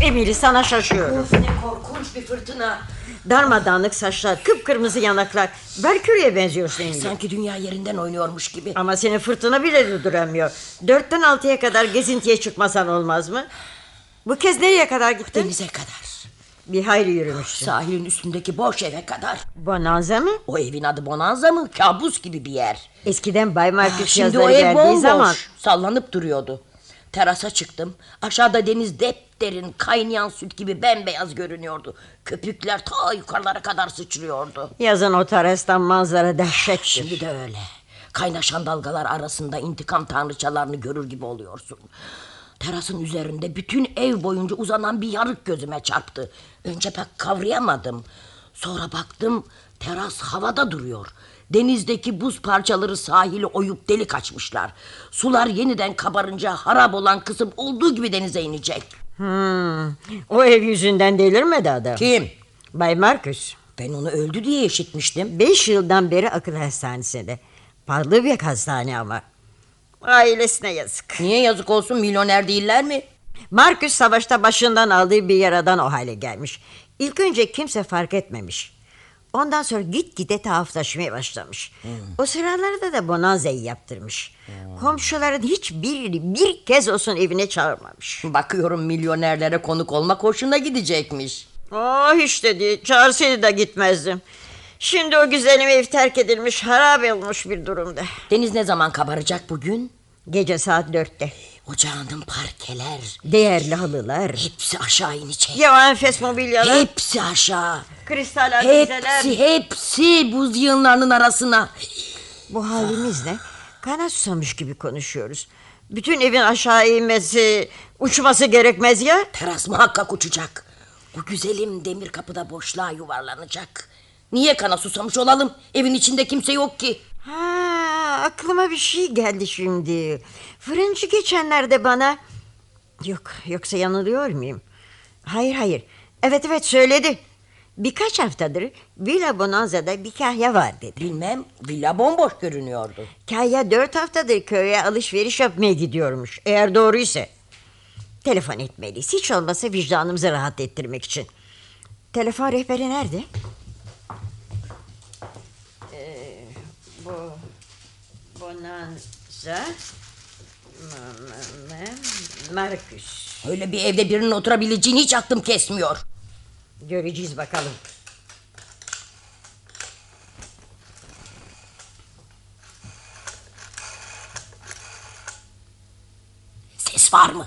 Emili sana şaşıyorum. Of ne korkunç bir fırtına. Darmadağınık saçlar, kıpkırmızı yanaklar. Merkür'e benziyorsun Emili. Sanki dünya yerinden oynuyormuş gibi. Ama senin fırtına bile durduramıyor. Dörtten altıya kadar gezintiye çıkmasan olmaz mı? Bu kez nereye kadar gittin? Denize kadar. Bir hayli yürümüştün. Sahilin üstündeki boş eve kadar. Bonanza mı? E, O evin adı Bonanza mı? Kabus gibi bir yer. Ah, Eskiden Bay Markus Şimdi o yazları ev geldiği bomboş. zaman... Sallanıp duruyordu. Terasa çıktım. Aşağıda deniz depderin kaynayan süt gibi bembeyaz görünüyordu. Köpükler ta yukarılara kadar sıçrıyordu. Yazın o terastan manzara dehşettir. Şimdi de öyle. Kaynaşan dalgalar arasında intikam tanrıçalarını görür gibi oluyorsun. Terasın üzerinde bütün ev boyunca uzanan bir yarık gözüme çarptı. Önce pek kavrayamadım. Sonra baktım teras havada duruyor. Denizdeki buz parçaları sahili oyup delik açmışlar. Sular yeniden kabarınca harap olan kısım olduğu gibi denize inecek. Hmm, O ev yüzünden delirmedi adam. Kim? Bay Markus. Ben onu öldü diye işitmiştim. Beş yıldan beri akıl hastanesinde. Pahalı bir hastane ama. Ailesine yazık. Niye yazık olsun milyoner değiller mi? Markus savaşta başından aldığı bir yaradan o hale gelmiş. İlk önce kimse fark etmemiş. Ondan sonra gitgide tahaflaşmaya başlamış. Hmm. O sıralarda da Bonanza'yı yaptırmış. Komşuların hiçbirini bir kez olsun evine çağırmamış. Bakıyorum milyonerlere konuk olmak hoşuna gidecekmiş. Oh hiç dedi çağırsaydı da gitmezdim. Şimdi o güzelim ev terk edilmiş harabe olmuş bir durumda. Deniz ne zaman kabaracak bugün? Gece saat dörtte. Ocağının parkeler Değerli halılar. hepsi aşağı inecek. Yavan enfes mobilyalar. Hepsi aşağı. Kristal avizeler. Hepsi hepsi buz yığınlarının arasına. Bu halimiz ne? Kana susamış gibi konuşuyoruz. Bütün evin aşağı inmesi, uçması gerekmez ya. Teras muhakkak uçacak. Bu güzelim demir kapıda boşluğa yuvarlanacak. Niye kana susamış olalım? Evin içinde kimse yok ki. Ha, aklıma bir şey geldi şimdi. Fırıncı geçenlerde bana... Yok, yoksa yanılıyor muyum? Hayır, hayır. Evet, evet söyledi. Birkaç haftadır Villa Bonanza'da bir kahya var dedi. Bilmem villa bomboş görünüyordu. Kahya dört haftadır köye alışveriş yapmaya gidiyormuş. Eğer doğruysa. Telefon etmeliyiz. Hiç olmasa vicdanımızı rahat ettirmek için. Telefon rehberi nerede? Ee, bu Bonanza M- M- M- Marcus. Öyle bir evde birinin oturabileceğini hiç aklım kesmiyor. Göreceğiz bakalım. Ses var mı?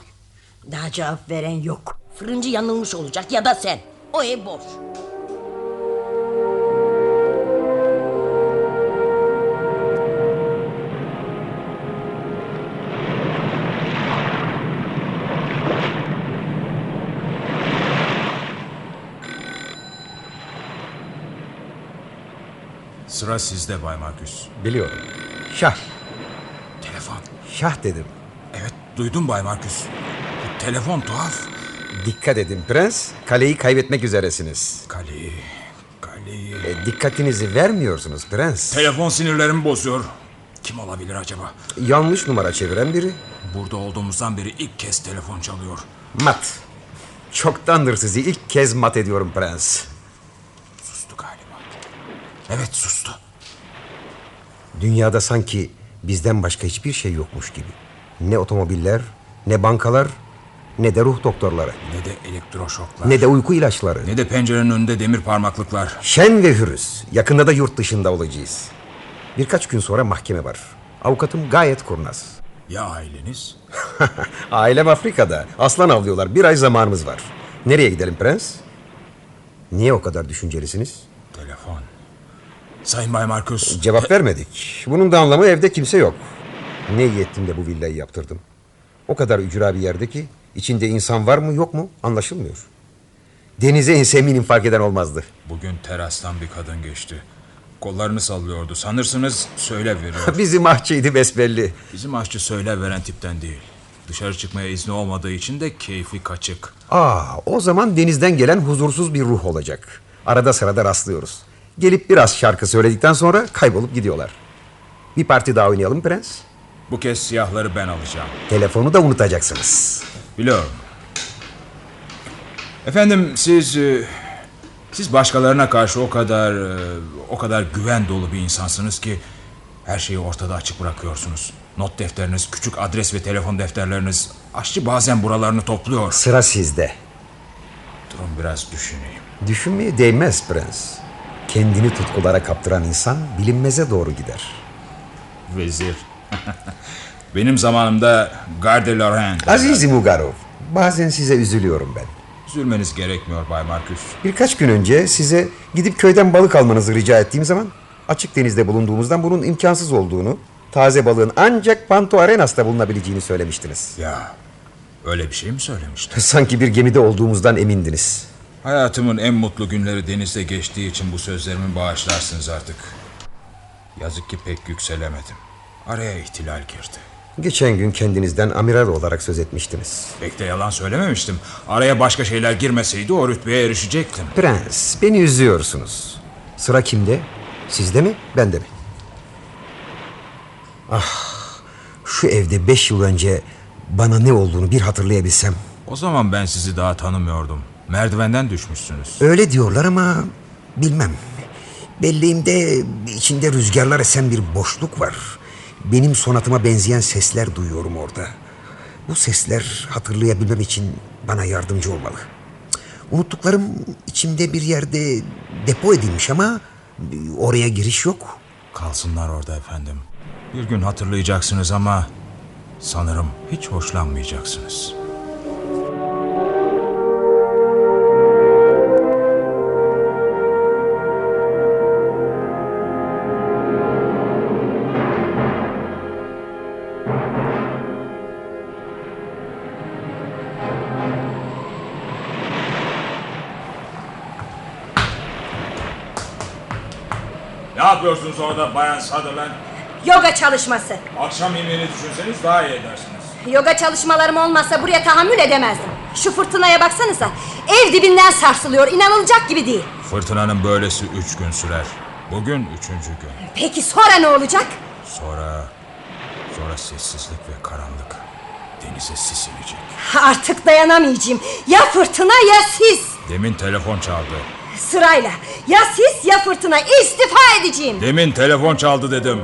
Daha cevap veren yok. Fırıncı yanılmış olacak ya da sen. O ev boş. Sıra sizde Bay Markus. Biliyorum. Şah. Telefon. Şah dedim. Evet duydum Bay Markus. Bu telefon tuhaf. Dikkat edin prens. Kaleyi kaybetmek üzeresiniz. Kaleyi, kaleyi. E, dikkatinizi vermiyorsunuz prens. Telefon sinirlerimi bozuyor. Kim olabilir acaba? Yanlış numara çeviren biri. Burada olduğumuzdan beri ilk kez telefon çalıyor. Mat. Çoktandır sizi ilk kez mat ediyorum prens. Sustu galiba. Evet sustu. Dünyada sanki bizden başka hiçbir şey yokmuş gibi. Ne otomobiller, ne bankalar, ne de ruh doktorları, Ne de elektroşoklar. ne de uyku ilaçları. Ne de pencerenin önünde demir parmaklıklar. Şen ve hürüz. Yakında da yurt dışında olacağız. Birkaç gün sonra mahkeme var. Avukatım gayet kurnaz. Ya aileniz? Ailem Afrika'da. Aslan avlıyorlar. Bir ay zamanımız var. Nereye gidelim prens? Niye o kadar düşüncelisiniz? Telefon. Sayın Bay Markus. Cevap vermedik. Bunun da anlamı evde kimse yok. Ne iyi ettim de bu villayı yaptırdım. O kadar ücra bir yerde ki içinde insan var mı yok mu anlaşılmıyor. Denize insem eminim fark eden olmazdı. Bugün terastan bir kadın geçti. Kollarını sallıyordu. Sanırsınız söyle veriyor. Bizim ahçıydı besbelli. Bizim aşçı söyle veren tipten değil. Dışarı çıkmaya izni olmadığı için de keyfi kaçık. Aa, o zaman denizden gelen huzursuz bir ruh olacak. Arada sırada rastlıyoruz. Gelip biraz şarkı söyledikten sonra kaybolup gidiyorlar. Bir parti daha oynayalım prens. Bu kez siyahları ben alacağım. Telefonu da unutacaksınız. Biliyorum. Efendim siz e, siz başkalarına karşı o kadar e, o kadar güven dolu bir insansınız ki her şeyi ortada açık bırakıyorsunuz. Not defteriniz, küçük adres ve telefon defterleriniz aşçı bazen buralarını topluyor. Sıra sizde. Durun biraz düşüneyim. Düşünmeye değmez prens. Kendini tutkulara kaptıran insan bilinmeze doğru gider. Vezir. Benim zamanımda Garde Laurent. Azizim Ugarov, bazen size üzülüyorum ben. Üzülmeniz gerekmiyor Bay Marcus. Birkaç gün önce size gidip köyden balık almanızı rica ettiğim zaman açık denizde bulunduğumuzdan bunun imkansız olduğunu, taze balığın ancak Panto Arenas'ta bulunabileceğini söylemiştiniz. Ya öyle bir şey mi söylemişti? Sanki bir gemide olduğumuzdan emindiniz. Hayatımın en mutlu günleri denizde geçtiği için bu sözlerimi bağışlarsınız artık. Yazık ki pek yükselemedim. Araya ihtilal girdi. Geçen gün kendinizden amiral olarak söz etmiştiniz. Pek de yalan söylememiştim. Araya başka şeyler girmeseydi o rütbeye erişecektim. Prens, beni üzüyorsunuz. Sıra kimde? Sizde mi, bende mi? Ah, şu evde beş yıl önce bana ne olduğunu bir hatırlayabilsem. O zaman ben sizi daha tanımıyordum. Merdivenden düşmüşsünüz. Öyle diyorlar ama bilmem. Belleğimde içinde rüzgarlar esen bir boşluk var. Benim sonatıma benzeyen sesler duyuyorum orada. Bu sesler hatırlayabilmem için bana yardımcı olmalı. Cık, Unuttuklarım içimde bir yerde depo edilmiş ama e, oraya giriş yok. Kalsınlar orada efendim. Bir gün hatırlayacaksınız ama sanırım hiç hoşlanmayacaksınız. Ne yapıyorsunuz orada Bayan Sutherland? Yoga çalışması. Akşam yemeğini düşünseniz daha iyi edersiniz. Yoga çalışmalarım olmazsa buraya tahammül edemezdim. Şu fırtınaya baksanıza. Ev dibinden sarsılıyor. İnanılacak gibi değil. Fırtınanın böylesi üç gün sürer. Bugün üçüncü gün. Peki sonra ne olacak? Sonra... Sonra sessizlik ve karanlık. Denize sis inecek. Artık dayanamayacağım. Ya fırtına ya siz. Demin telefon çaldı. Sırayla. Ya siz ya fırtına. İstifa edeceğim. Demin telefon çaldı dedim.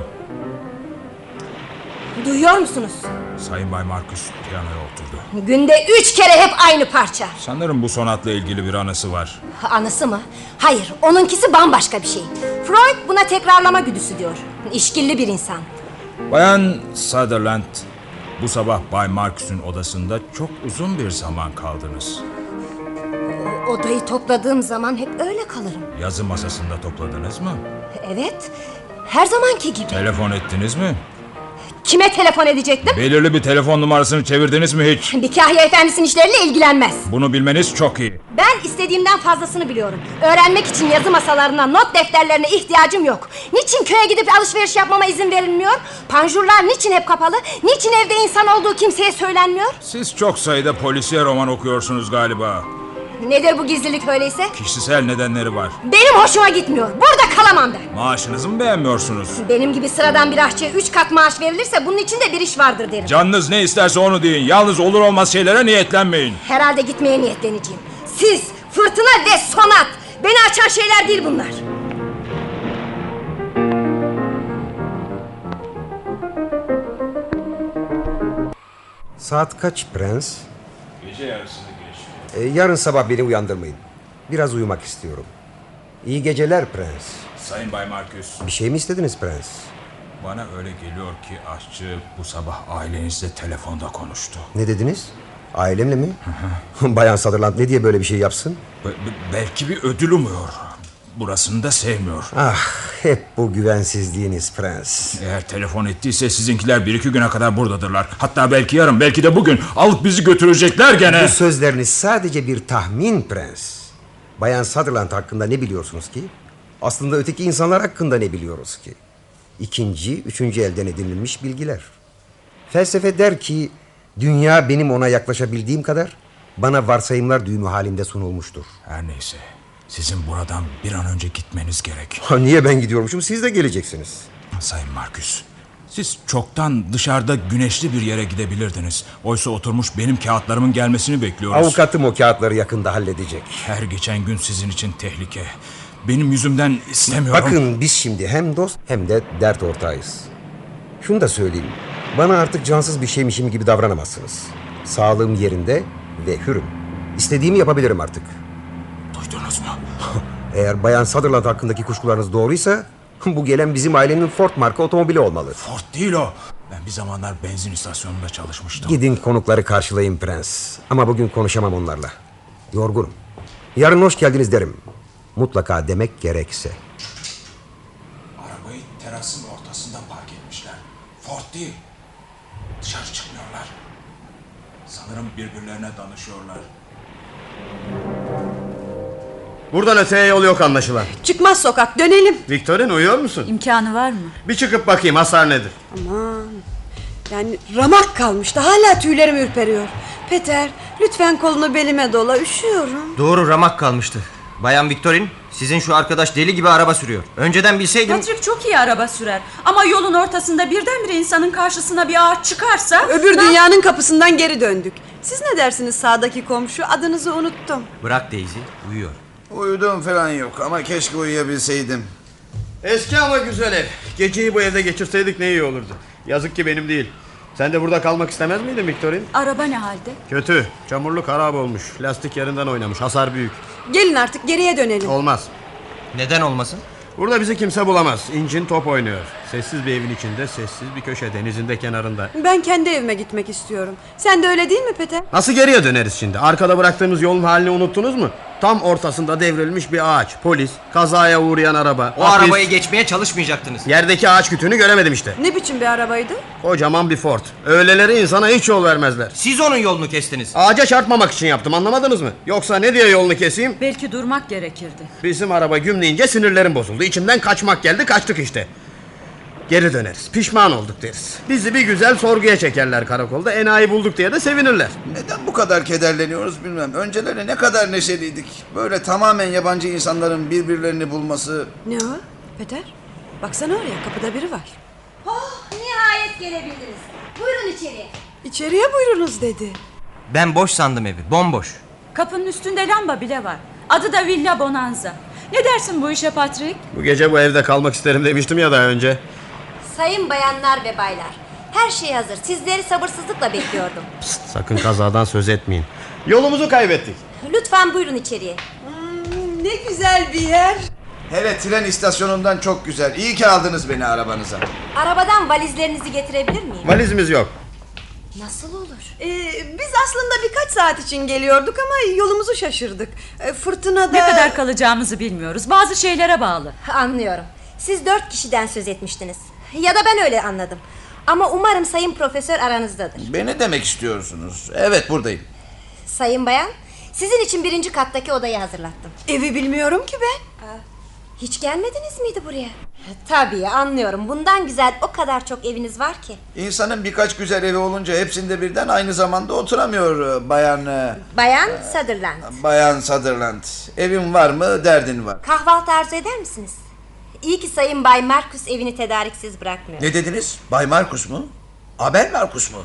Duyuyor musunuz? Sayın Bay Markus piyanoya oturdu. Günde üç kere hep aynı parça. Sanırım bu sonatla ilgili bir anısı var. Anısı mı? Hayır, onunkisi bambaşka bir şey. Freud buna tekrarlama güdüsü diyor. İşkilli bir insan. Bayan Sutherland, bu sabah Bay Markus'un odasında çok uzun bir zaman kaldınız. Odayı topladığım zaman hep öyle kalırım. Yazı masasında topladınız mı? Evet, her zamanki gibi. Telefon ettiniz mi? Kime telefon edecektim? Belirli bir telefon numarasını çevirdiniz mi hiç? Bir kahya efendisinin işleriyle ilgilenmez. Bunu bilmeniz çok iyi. Ben istediğimden fazlasını biliyorum. Öğrenmek için yazı masalarına, not defterlerine ihtiyacım yok. Niçin köye gidip alışveriş yapmama izin verilmiyor? Panjurlar niçin hep kapalı? Niçin evde insan olduğu kimseye söylenmiyor? Siz çok sayıda polisiye roman okuyorsunuz galiba. Nedir bu gizlilik öyleyse? Kişisel nedenleri var. Benim hoşuma gitmiyor. Burada kalamam ben. Maaşınızı mı beğenmiyorsunuz? Benim gibi sıradan bir aşçıya üç kat maaş verilirse bunun içinde bir iş vardır derim. Canınız ne isterse onu deyin. Yalnız olur olmaz şeylere niyetlenmeyin. Herhalde gitmeye niyetleneceğim. Siz, fırtına ve sonat. Beni açan şeyler değil bunlar. Saat kaç prens? Gece yarısını geçti. E, yarın sabah beni uyandırmayın. Biraz uyumak istiyorum. İyi geceler prens. Sayın Bay Markus, Bir şey mi istediniz prens? bana öyle geliyor ki aşçı bu sabah ailenizle telefonda konuştu. Ne dediniz? Ailemle mi? Bayan Sutherland ne diye böyle bir şey yapsın? Be- be- belki bir ödül umuyor. Burasını da sevmiyor. Ah hep bu güvensizliğiniz prens. Eğer telefon ettiyse sizinkiler bir iki güne kadar buradadırlar. Hatta belki yarın, belki de bugün. Alıp bizi götürecekler gene. Bu sözleriniz sadece bir tahmin prens. Bayan Sutherland hakkında ne biliyorsunuz ki? Aslında öteki insanlar hakkında ne biliyoruz ki? İkinci, üçüncü elden edinilmiş bilgiler. Felsefe der ki dünya benim ona yaklaşabildiğim kadar bana varsayımlar düğümü halinde sunulmuştur. Her neyse, sizin buradan bir an önce gitmeniz gerek. Ha, niye ben gidiyormuşum siz de geleceksiniz. Sayın Markus, Siz çoktan dışarıda güneşli bir yere gidebilirdiniz. Oysa oturmuş benim kağıtlarımın gelmesini bekliyoruz. Avukatım o kağıtları yakında halledecek. Her geçen gün sizin için tehlike. Benim yüzümden istemiyorum. Bakın biz şimdi hem dost hem de dert ortağıyız. Şunu da söyleyeyim. Bana artık cansız bir şeymişim gibi davranamazsınız. Sağlığım yerinde ve hürüm. İstediğimi yapabilirim artık. Duydunuz mu? Eğer Bayan Sutherland hakkındaki kuşkularınız doğruysa... ...bu gelen bizim ailenin Ford marka otomobili olmalı. Ford değil o. Ben bir zamanlar benzin istasyonunda çalışmıştım. Gidin konukları karşılayın prens. Ama bugün konuşamam onlarla. Yorgunum. Yarın hoş geldiniz derim. Mutlaka demek gerekse. Arabayı terasın ortasında park etmişler. Ford değil. Dışarı çıkmıyorlar. Sanırım birbirlerine danışıyorlar. Buradan öteye yol yok anlaşılan. Çıkmaz sokak dönelim. Victorian uyuyor musun? İmkanı var mı? Bir çıkıp bakayım hasar nedir? Aman. Yani ramak kalmıştı hala tüylerim ürperiyor. Peter lütfen kolunu belime dola üşüyorum. Doğru ramak kalmıştı. Bayan Victorin, sizin şu arkadaş deli gibi araba sürüyor. Önceden bilseydim... Patrick çok iyi araba sürer ama yolun ortasında birdenbire insanın karşısına bir ağaç çıkarsa... Öbür dünyanın kapısından geri döndük. Siz ne dersiniz sağdaki komşu adınızı unuttum. Bırak Daisy, uyuyor. Uyudum falan yok ama keşke uyuyabilseydim. Eski ama güzel ev. Geceyi bu evde geçirseydik ne iyi olurdu. Yazık ki benim değil. Sen de burada kalmak istemez miydin Victorin? Araba ne halde? Kötü. Çamurluk harap olmuş. Lastik yerinden oynamış. Hasar büyük. Gelin artık geriye dönelim. Olmaz. Neden olmasın? Burada bizi kimse bulamaz. İncin top oynuyor. Sessiz bir evin içinde, sessiz bir köşe denizinde kenarında. Ben kendi evime gitmek istiyorum. Sen de öyle değil mi Peter? Nasıl geriye döneriz şimdi? Arkada bıraktığımız yolun halini unuttunuz mu? Tam ortasında devrilmiş bir ağaç, polis, kazaya uğrayan araba. O hapis. arabayı geçmeye çalışmayacaktınız. Yerdeki ağaç kütüğünü göremedim işte. Ne biçim bir arabaydı? Kocaman bir Ford. Öyleleri insana hiç yol vermezler. Siz onun yolunu kestiniz. Ağaca çarpmamak için yaptım anlamadınız mı? Yoksa ne diye yolunu keseyim? Belki durmak gerekirdi. Bizim araba gümleyince sinirlerim bozuldu. İçimden kaçmak geldi kaçtık işte. Geri döneriz. Pişman olduk deriz. Bizi bir güzel sorguya çekerler karakolda. Enayi bulduk diye de sevinirler. Neden bu kadar kederleniyoruz bilmem. Önceleri ne kadar neşeliydik. Böyle tamamen yabancı insanların birbirlerini bulması... Ne o? Peter? Baksana oraya kapıda biri var. Oh nihayet gelebildiniz. Buyurun içeri. İçeriye buyurunuz dedi. Ben boş sandım evi, bomboş. Kapının üstünde lamba bile var. Adı da Villa Bonanza. Ne dersin bu işe Patrick? Bu gece bu evde kalmak isterim demiştim ya daha önce. Sayın bayanlar ve baylar. Her şey hazır. Sizleri sabırsızlıkla bekliyordum. Sakın kazadan söz etmeyin. Yolumuzu kaybettik. Lütfen buyurun içeriye. Hmm, Ne güzel bir yer. Hele tren istasyonundan çok güzel. İyi ki aldınız beni arabanıza. Arabadan valizlerinizi getirebilir miyim? Valizimiz yok. Nasıl olur? Ee, biz aslında birkaç saat için geliyorduk ama yolumuzu şaşırdık. Ee, fırtına da... Ne kadar kalacağımızı bilmiyoruz. Bazı şeylere bağlı. Anlıyorum. Siz dört kişiden söz etmiştiniz. Ya da ben öyle anladım. Ama umarım sayın profesör aranızdadır. Beni demek istiyorsunuz. Evet buradayım. Sayın bayan, sizin için birinci kattaki odayı hazırlattım. Evi bilmiyorum ki ben. Hiç gelmediniz miydi buraya? Tabii anlıyorum. Bundan güzel o kadar çok eviniz var ki. İnsanın birkaç güzel evi olunca hepsinde birden aynı zamanda oturamıyor e, bayan... e, Bayan Sutherland. Bayan Sutherland. Evin var mı derdin var. Kahvaltı arzu eder misiniz? İyi ki Sayın Bay Markus evini tedariksiz bırakmıyor. Ne dediniz? Bay Markus mu? Abel Markus mu?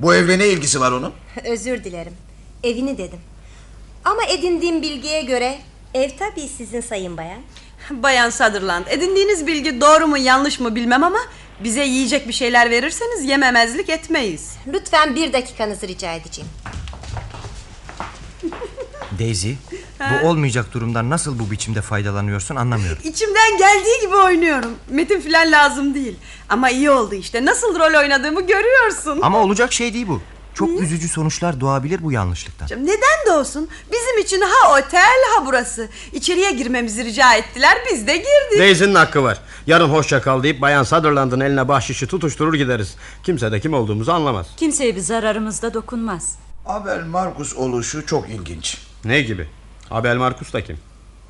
Bu evle ne ilgisi var onun? Özür dilerim. Evini dedim. Ama edindiğim bilgiye göre ev tabii sizin Sayın Bayan. Bayan Sutherland, edindiğiniz bilgi doğru mu yanlış mı bilmem ama... ...bize yiyecek bir şeyler verirseniz yememezlik etmeyiz. Lütfen bir dakikanızı rica edeceğim. Daisy, bu olmayacak durumdan nasıl bu biçimde faydalanıyorsun anlamıyorum. İçimden geldiği gibi oynuyorum. Metin falan lazım değil. Ama iyi oldu işte. Nasıl rol oynadığımı görüyorsun. Ama olacak şey değil bu. Çok üzücü sonuçlar doğabilir bu yanlışlıktan. Neden de olsun. Bizim için ha otel ha burası. İçeriye girmemizi rica ettiler. Biz de girdik. Daisy'nin hakkı var. Yarın hoşça kal deyip Bayan Sutherland'ın eline bahşişi tutuşturur gideriz. Kimse de kim olduğumuzu anlamaz. Kimseye bir zararımız da dokunmaz. Abel Markus oluşu çok ilginç. Ne gibi? Abel Markus da kim?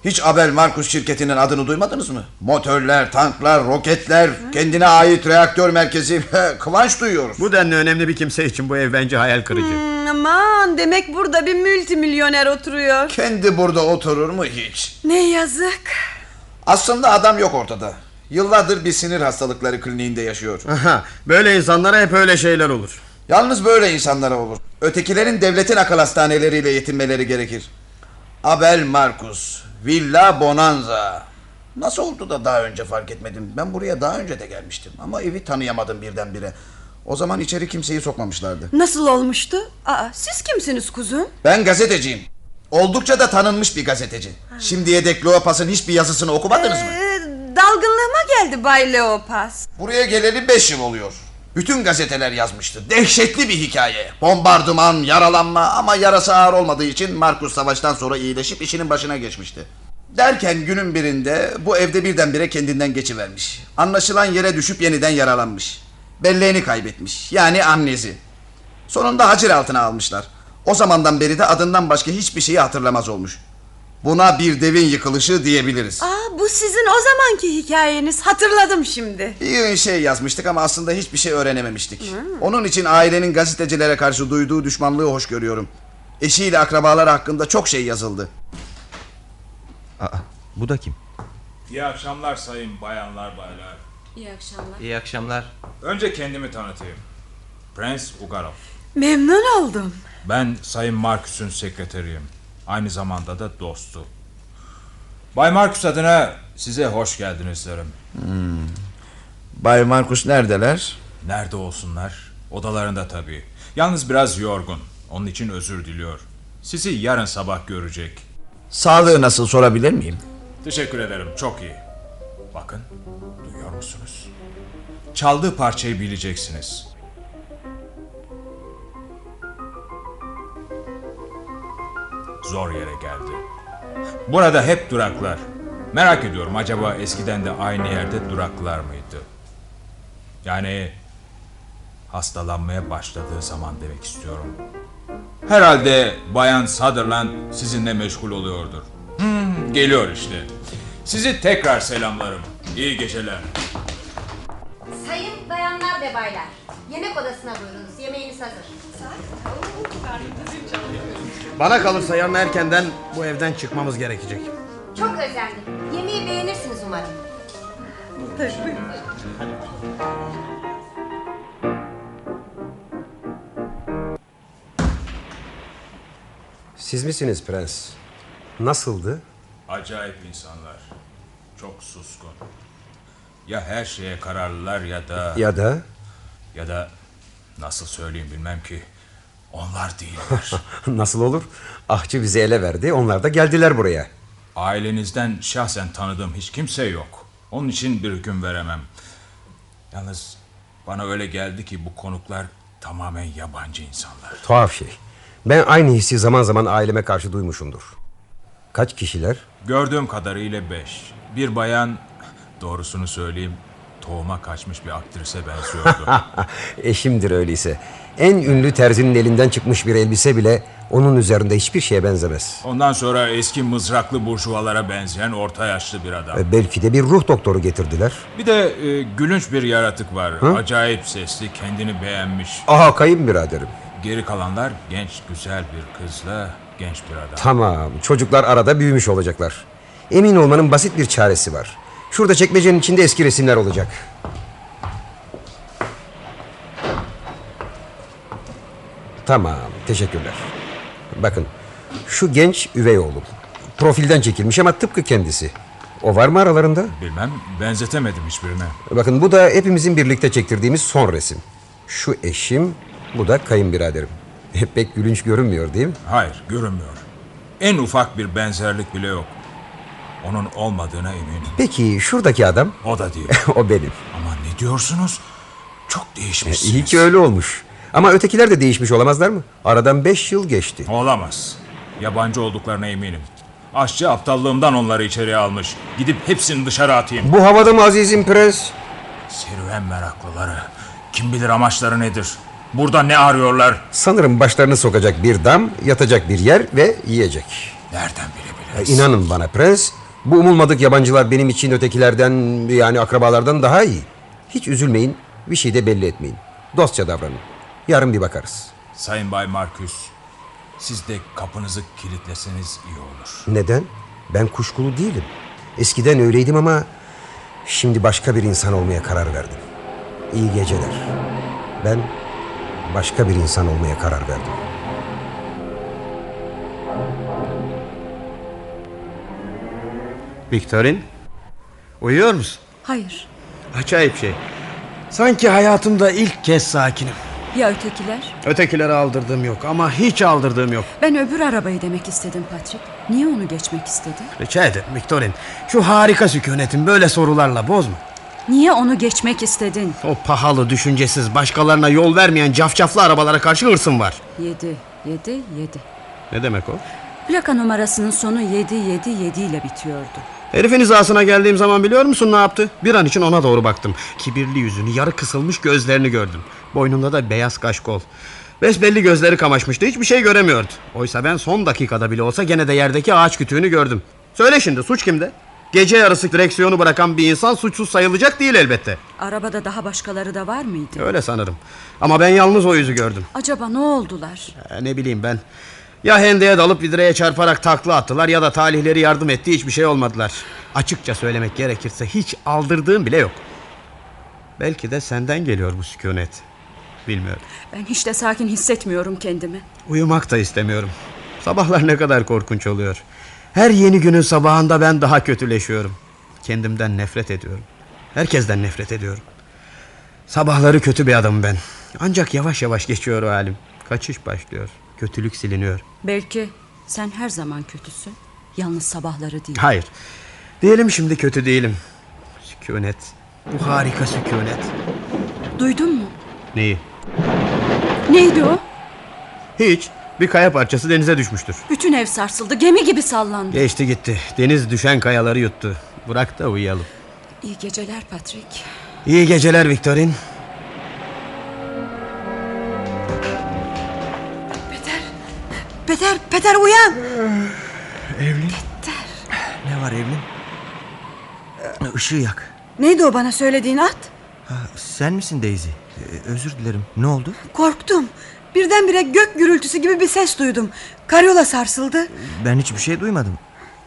Hiç Abel Markus şirketinin adını duymadınız mı? Motörler, tanklar, roketler, kendine ait reaktör merkezi. Kıvanç duyuyoruz. Bu denli önemli bir kimse için bu ev bence hayal kırıcı. Hmm. Aman demek burada bir multimilyoner oturuyor. Kendi burada oturur mu hiç? Ne yazık. Aslında adam yok ortada. Yıllardır bir sinir hastalıkları kliniğinde yaşıyor. Aha, böyle insanlara hep öyle şeyler olur. Yalnız böyle insanlara olur. Ötekilerin devletin akıl hastaneleriyle yetinmeleri gerekir. Abel Markus, Villa Bonanza. Nasıl oldu da daha önce fark etmedim? Ben buraya daha önce de gelmiştim ama evi tanıyamadım birdenbire. O zaman içeri kimseyi sokmamışlardı. Nasıl olmuştu? Aa, siz kimsiniz kuzum? Ben gazeteciyim. Oldukça da tanınmış bir gazeteci. Şimdiye dek Leopas'ın hiçbir yazısını okumadınız mı? Ee, dalgınlığıma geldi Bay Leopas. Buraya geleli beş yıl oluyor. Bütün gazeteler yazmıştı. Dehşetli bir hikaye. Bombardıman, yaralanma ama yarası ağır olmadığı için Markus savaştan sonra iyileşip işinin başına geçmişti. Derken günün birinde bu evde birdenbire kendinden geçivermiş. Anlaşılan yere düşüp yeniden yaralanmış. Belleğini kaybetmiş. Yani amnezi. Sonunda hacir altına almışlar. O zamandan beri de adından başka hiçbir şeyi hatırlamaz olmuş. Buna bir devin yıkılışı diyebiliriz. Aa, bu sizin o zamanki hikayeniz. Hatırladım şimdi. Bir şey yazmıştık ama aslında hiçbir şey öğrenememiştik. Onun için ailenin gazetecilere karşı duyduğu düşmanlığı hoş görüyorum. Eşiyle akrabaları hakkında çok şey yazıldı. Bu da kim? İyi akşamlar sayın bayanlar baylar. İyi akşamlar. İyi akşamlar. Önce kendimi tanıtayım. Prens Ugarov. Memnun oldum. Ben Sayın Marcus'un sekreteriyim. Aynı zamanda da dostu. Bay Marcus adına size hoş geldiniz derim. Hmm. Bay Markus neredeler? Nerede olsunlar? Odalarında tabii. Yalnız biraz yorgun. Onun için özür diliyor. Sizi yarın sabah görecek. Sağlığı nasıl sorabilir miyim? Teşekkür ederim. Çok iyi. Bakın, duyuyor musunuz? Çaldığı parçayı bileceksiniz. Zor yere geldi. Burada hep duraklar. Merak ediyorum acaba eskiden de aynı yerde duraklar mıydı? Yani hastalanmaya başladığı zaman demek istiyorum. Herhalde Bayan Sutherland sizinle meşgul oluyordur. Hmm, geliyor işte. Sizi tekrar selamlarım. İyi geceler. Sayın bayanlar ve baylar. Yemek odasına buyurunuz. Yemeğiniz hazır. Bana kalırsa yarın erkenden bu evden çıkmamız gerekecek. Çok özendim. Yemeği beğenirsiniz umarım. Siz misiniz prens? Nasıldı? Acayip insanlar. Çok suskun. Ya her şeye kararlılar ya da... Ya da ya da nasıl söyleyeyim bilmem ki. Onlar değiller. nasıl olur? Ahçı bizi ele verdi. Onlar da geldiler buraya. Ailenizden şahsen tanıdığım hiç kimse yok. Onun için bir hüküm veremem. Yalnız bana öyle geldi ki bu konuklar tamamen yabancı insanlar. Tuhaf şey. Ben aynı hissi zaman zaman aileme karşı duymuşumdur. Kaç kişiler? Gördüğüm kadarıyla beş. Bir bayan, doğrusunu söyleyeyim, tohuma kaçmış bir aktrise benziyordu. Eşimdir E, öyleyse. En ünlü terzinin elinden çıkmış bir elbise bile onun üzerinde hiçbir şeye benzemez. Ondan sonra eski mızraklı burjuvalara benzeyen orta yaşlı bir adam. E, Belki de bir ruh doktoru getirdiler. Bir de e, gülünç bir yaratık var. Acayip sesli, kendini beğenmiş. Aha kayınbiraderim. Geri kalanlar genç, güzel bir kızla genç bir adam. Tamam çocuklar arada büyümüş olacaklar. Emin olmanın basit bir çaresi var. Şurada çekmecenin içinde eski resimler olacak. Tamam teşekkürler. Bakın şu genç üvey oğlum. Profilden çekilmiş ama tıpkı kendisi. O var mı aralarında? Bilmem, benzetemedim hiçbirine. Bakın bu da hepimizin birlikte çektirdiğimiz son resim. Şu eşim, bu da kayınbiraderim. Pek gülünç görünmüyor değil mi? Hayır, görünmüyor. En ufak bir benzerlik bile yok. Onun olmadığına eminim. Peki şuradaki adam, O da değil. o benim. Ama ne diyorsunuz? Çok değişmişsiniz. İyi E, ki öyle olmuş. Ama ötekiler de değişmiş olamazlar mı? Aradan beş yıl geçti. Olamaz. Yabancı olduklarına eminim. Aşçı aptallığımdan onları içeriye almış. Gidip hepsini dışarı atayım. Bu havada mı azizim prens? Serüven meraklıları. Kim bilir amaçları nedir? Burada ne arıyorlar? Sanırım başlarını sokacak bir dam, yatacak bir yer ve yiyecek. Nereden bilebiliriz? E, İnanın bana prens, bu umulmadık yabancılar benim için ötekilerden yani akrabalardan daha iyi. Hiç üzülmeyin, bir şey de belli etmeyin. Dostça davranın. Yarın bir bakarız. Sayın Bay Marcus, siz de kapınızı kilitleseniz iyi olur. Neden? Ben kuşkulu değilim. Eskiden öyleydim ama Şimdi başka bir insan olmaya karar verdim. İyi geceler. Ben başka bir insan olmaya karar verdim. Victorin, uyuyor musun? Hayır. Acayip şey. Sanki hayatımda ilk kez sakinim. Ya ötekiler? Ötekilere aldırdığım yok ama hiç aldırdığım yok. Ben öbür arabayı demek istedim Patrick. Niye onu geçmek istedi? Rica ederim Victorin. Şu harika sükunetin böyle sorularla bozma. Niye onu geçmek istedin? O pahalı, düşüncesiz, başkalarına yol vermeyen cafcaflı arabalara karşı hırsım var. Yedi, yedi, yedi. Ne demek o? Plaka numarasının sonu 777 ile bitiyordu. Herifin hizasına geldiğim zaman biliyor musun ne yaptı? Bir an için ona doğru baktım. Kibirli yüzünü, yarı kısılmış gözlerini gördüm. Boynunda da beyaz kaşkol. Besbelli gözleri kamaşmıştı, hiçbir şey göremiyordu. Oysa ben son dakikada bile olsa gene de yerdeki ağaç kütüğünü gördüm. Söyle şimdi suç kimde? Gece yarısı direksiyonu bırakan bir insan suçsuz sayılacak değil elbette. Arabada daha başkaları da var mıydı? Öyle sanırım. Ama ben yalnız o yüzü gördüm. Acaba ne oldular? Ya ne bileyim ben. Ya hendeye dalıp vidreye çarparak takla attılar ya da talihleri yardım etti hiçbir şey olmadılar. Açıkça söylemek gerekirse hiç aldırdığım bile yok. Belki de senden geliyor bu sükunet. Bilmiyorum. Ben hiç de sakin hissetmiyorum kendimi. Uyumak da istemiyorum. Sabahlar ne kadar korkunç oluyor. Her yeni günün sabahında ben daha kötüleşiyorum. Kendimden nefret ediyorum. Herkesten nefret ediyorum. Sabahları kötü bir adamım ben. Ancak yavaş yavaş geçiyor o halim. Kaçış başlıyor. Kötülük siliniyor. Belki sen her zaman kötüsün. Yalnız sabahları değil. Hayır. Diyelim şimdi kötü değilim. Sükunet. Bu harika sükunet. Duydun mu? Neyi? Neydi o? Hiç. Bir kaya parçası denize düşmüştür. Bütün ev sarsıldı. Gemi gibi sallandı. Geçti gitti. Deniz düşen kayaları yuttu. Bırak da uyuyalım. İyi geceler Patrick. İyi geceler Victorin. Peter, Peter uyan. Evlin. Ne var Evlin? Işığı yak. Neydi o bana söylediğin at? Ha, sen misin Daisy? Ee, özür dilerim. Ne oldu? Korktum. Birdenbire gök gürültüsü gibi bir ses duydum. Karyola sarsıldı. Ben hiçbir şey duymadım.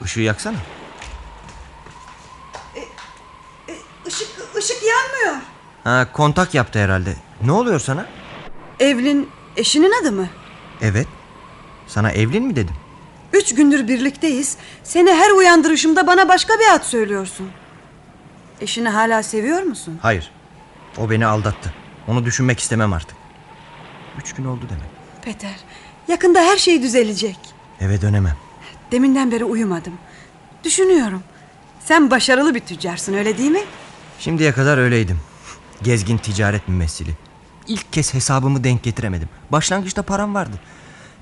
Işığı yaksana. Işık, ışık yanmıyor. Ha, kontak yaptı herhalde. Ne oluyor sana? Evlin eşinin adı mı? Evet. Sana Evlin mi dedim? Üç gündür birlikteyiz. Seni her uyandırışımda bana başka bir at söylüyorsun. Eşini hala seviyor musun? Hayır. O beni aldattı. Onu düşünmek istemem artık. Üç gün oldu demek. Peter, yakında her şey düzelecek. Eve dönemem. Deminden beri uyumadım. Düşünüyorum. Sen başarılı bir tüccarsın öyle değil mi? Şimdiye kadar öyleydim. Gezgin ticaret mümessili. İlk kez hesabımı denk getiremedim. Başlangıçta param vardı.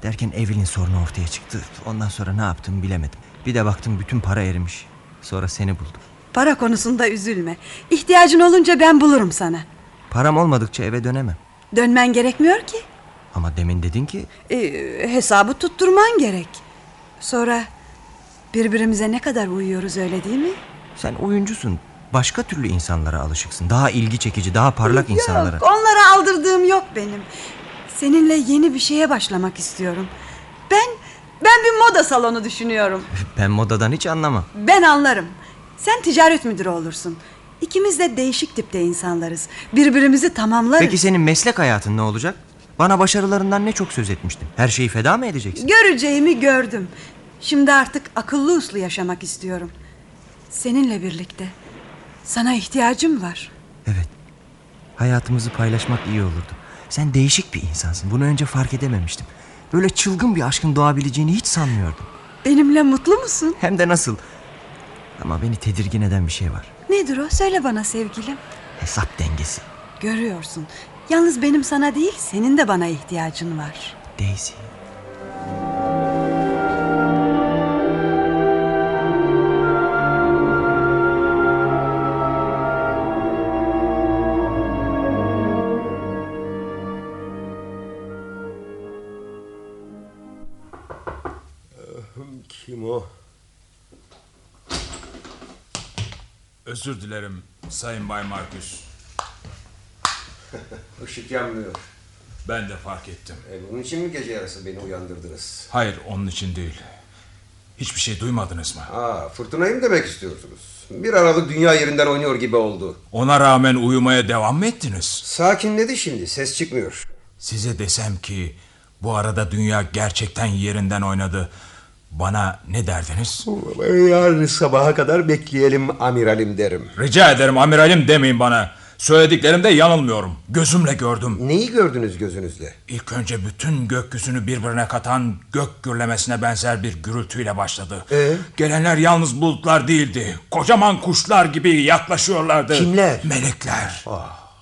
Derken Evelyn sorunu ortaya çıktı. Ondan sonra ne yaptım bilemedim. Bir de baktım bütün para erimiş. Sonra seni buldum. Para konusunda üzülme. İhtiyacın olunca ben bulurum sana. Param olmadıkça eve dönemem. Dönmen gerekmiyor ki. Ama demin dedin ki Ee, hesabı tutturman gerek. Sonra birbirimize ne kadar uyuyoruz öyle değil mi? sen oyuncusun. Başka türlü insanlara alışıksın. Daha ilgi çekici, daha parlak insanlara. Yok, onlara aldırdığım yok benim. Seninle yeni bir şeye başlamak istiyorum. Ben ben bir moda salonu düşünüyorum. Ben modadan hiç anlamam. Ben anlarım. Sen ticaret müdürü olursun. İkimiz de değişik tipte insanlarız. Birbirimizi tamamlarız. Peki şey senin meslek hayatın ne olacak? Bana başarılarından ne çok söz etmiştin. Her şeyi feda mı edeceksin? Göreceğimi gördüm. Şimdi artık akıllı uslu yaşamak istiyorum. Seninle birlikte. Sana ihtiyacım var. Hayatımızı paylaşmak iyi olurdu. Sen değişik bir insansın. Bunu önce fark edememiştim. Böyle çılgın bir aşkın doğabileceğini hiç sanmıyordum. Benimle mutlu musun? Hem de nasıl? Ama beni tedirgin eden bir şey var. Nedir o? Söyle bana sevgilim. Hesap dengesi. Görüyorsun. Yalnız benim sana değil, senin de bana ihtiyacın var. Daisy. Kim o? Özür dilerim Sayın Bay Marcus. Işık yanmıyor. Ben de fark ettim. E, bunun için mi gece yarısı beni uyandırdınız? Hayır onun için değil. Hiçbir şey duymadınız mı? Aa, fırtınayı mı demek istiyorsunuz? Bir aralık dünya yerinden oynuyor gibi oldu. Ona rağmen uyumaya devam mı ettiniz? Sakinledi şimdi ses çıkmıyor. Size desem ki bu arada dünya gerçekten yerinden oynadı. Bana ne derdiniz? Yarın sabaha kadar bekleyelim amiralim derim. Rica ederim amiralim demeyin bana. Söylediklerimde yanılmıyorum. Gözümle gördüm. Neyi gördünüz gözünüzle? İlk önce bütün gökyüzünü birbirine katan gök gürlemesine benzer bir gürültüyle başladı. Ee? Gelenler yalnız bulutlar değildi. Kocaman kuşlar gibi yaklaşıyorlardı. Kimler? Ah. Melekler.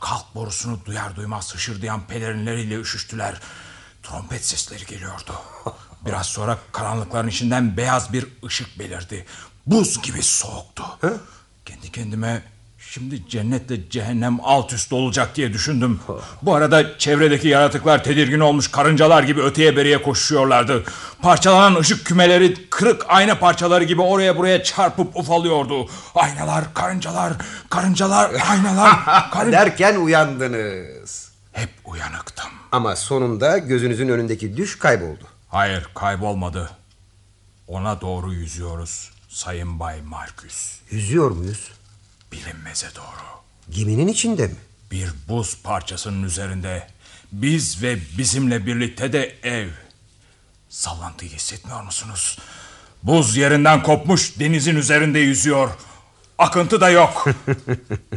Kalk borusunu duyar duymaz hışırdayan pelerinleriyle üşüştüler. Trompet sesleri geliyordu. Biraz sonra karanlıkların içinden beyaz bir ışık belirdi. Buz gibi soğuktu. Kendi kendime şimdi cennetle cehennem alt üst olacak diye düşündüm. Bu arada çevredeki yaratıklar tedirgin olmuş karıncalar gibi öteye beriye koşuyorlardı. Parçalanan ışık kümeleri kırık ayna parçaları gibi oraya buraya çarpıp ufalıyordu. Aynalar, karıncalar, karıncalar, aynalar, karın... Derken uyandınız. Hep uyanıktım. Ama sonunda gözünüzün önündeki düş kayboldu. Hayır kaybolmadı. Ona doğru yüzüyoruz Sayın Bay Marcus. Yüzüyor muyuz? Bilinmeze doğru. Geminin içinde mi? Bir buz parçasının üzerinde. Biz ve bizimle birlikte de ev. Sallantıyı hissetmiyor musunuz? Buz yerinden kopmuş denizin üzerinde yüzüyor. Akıntı da yok.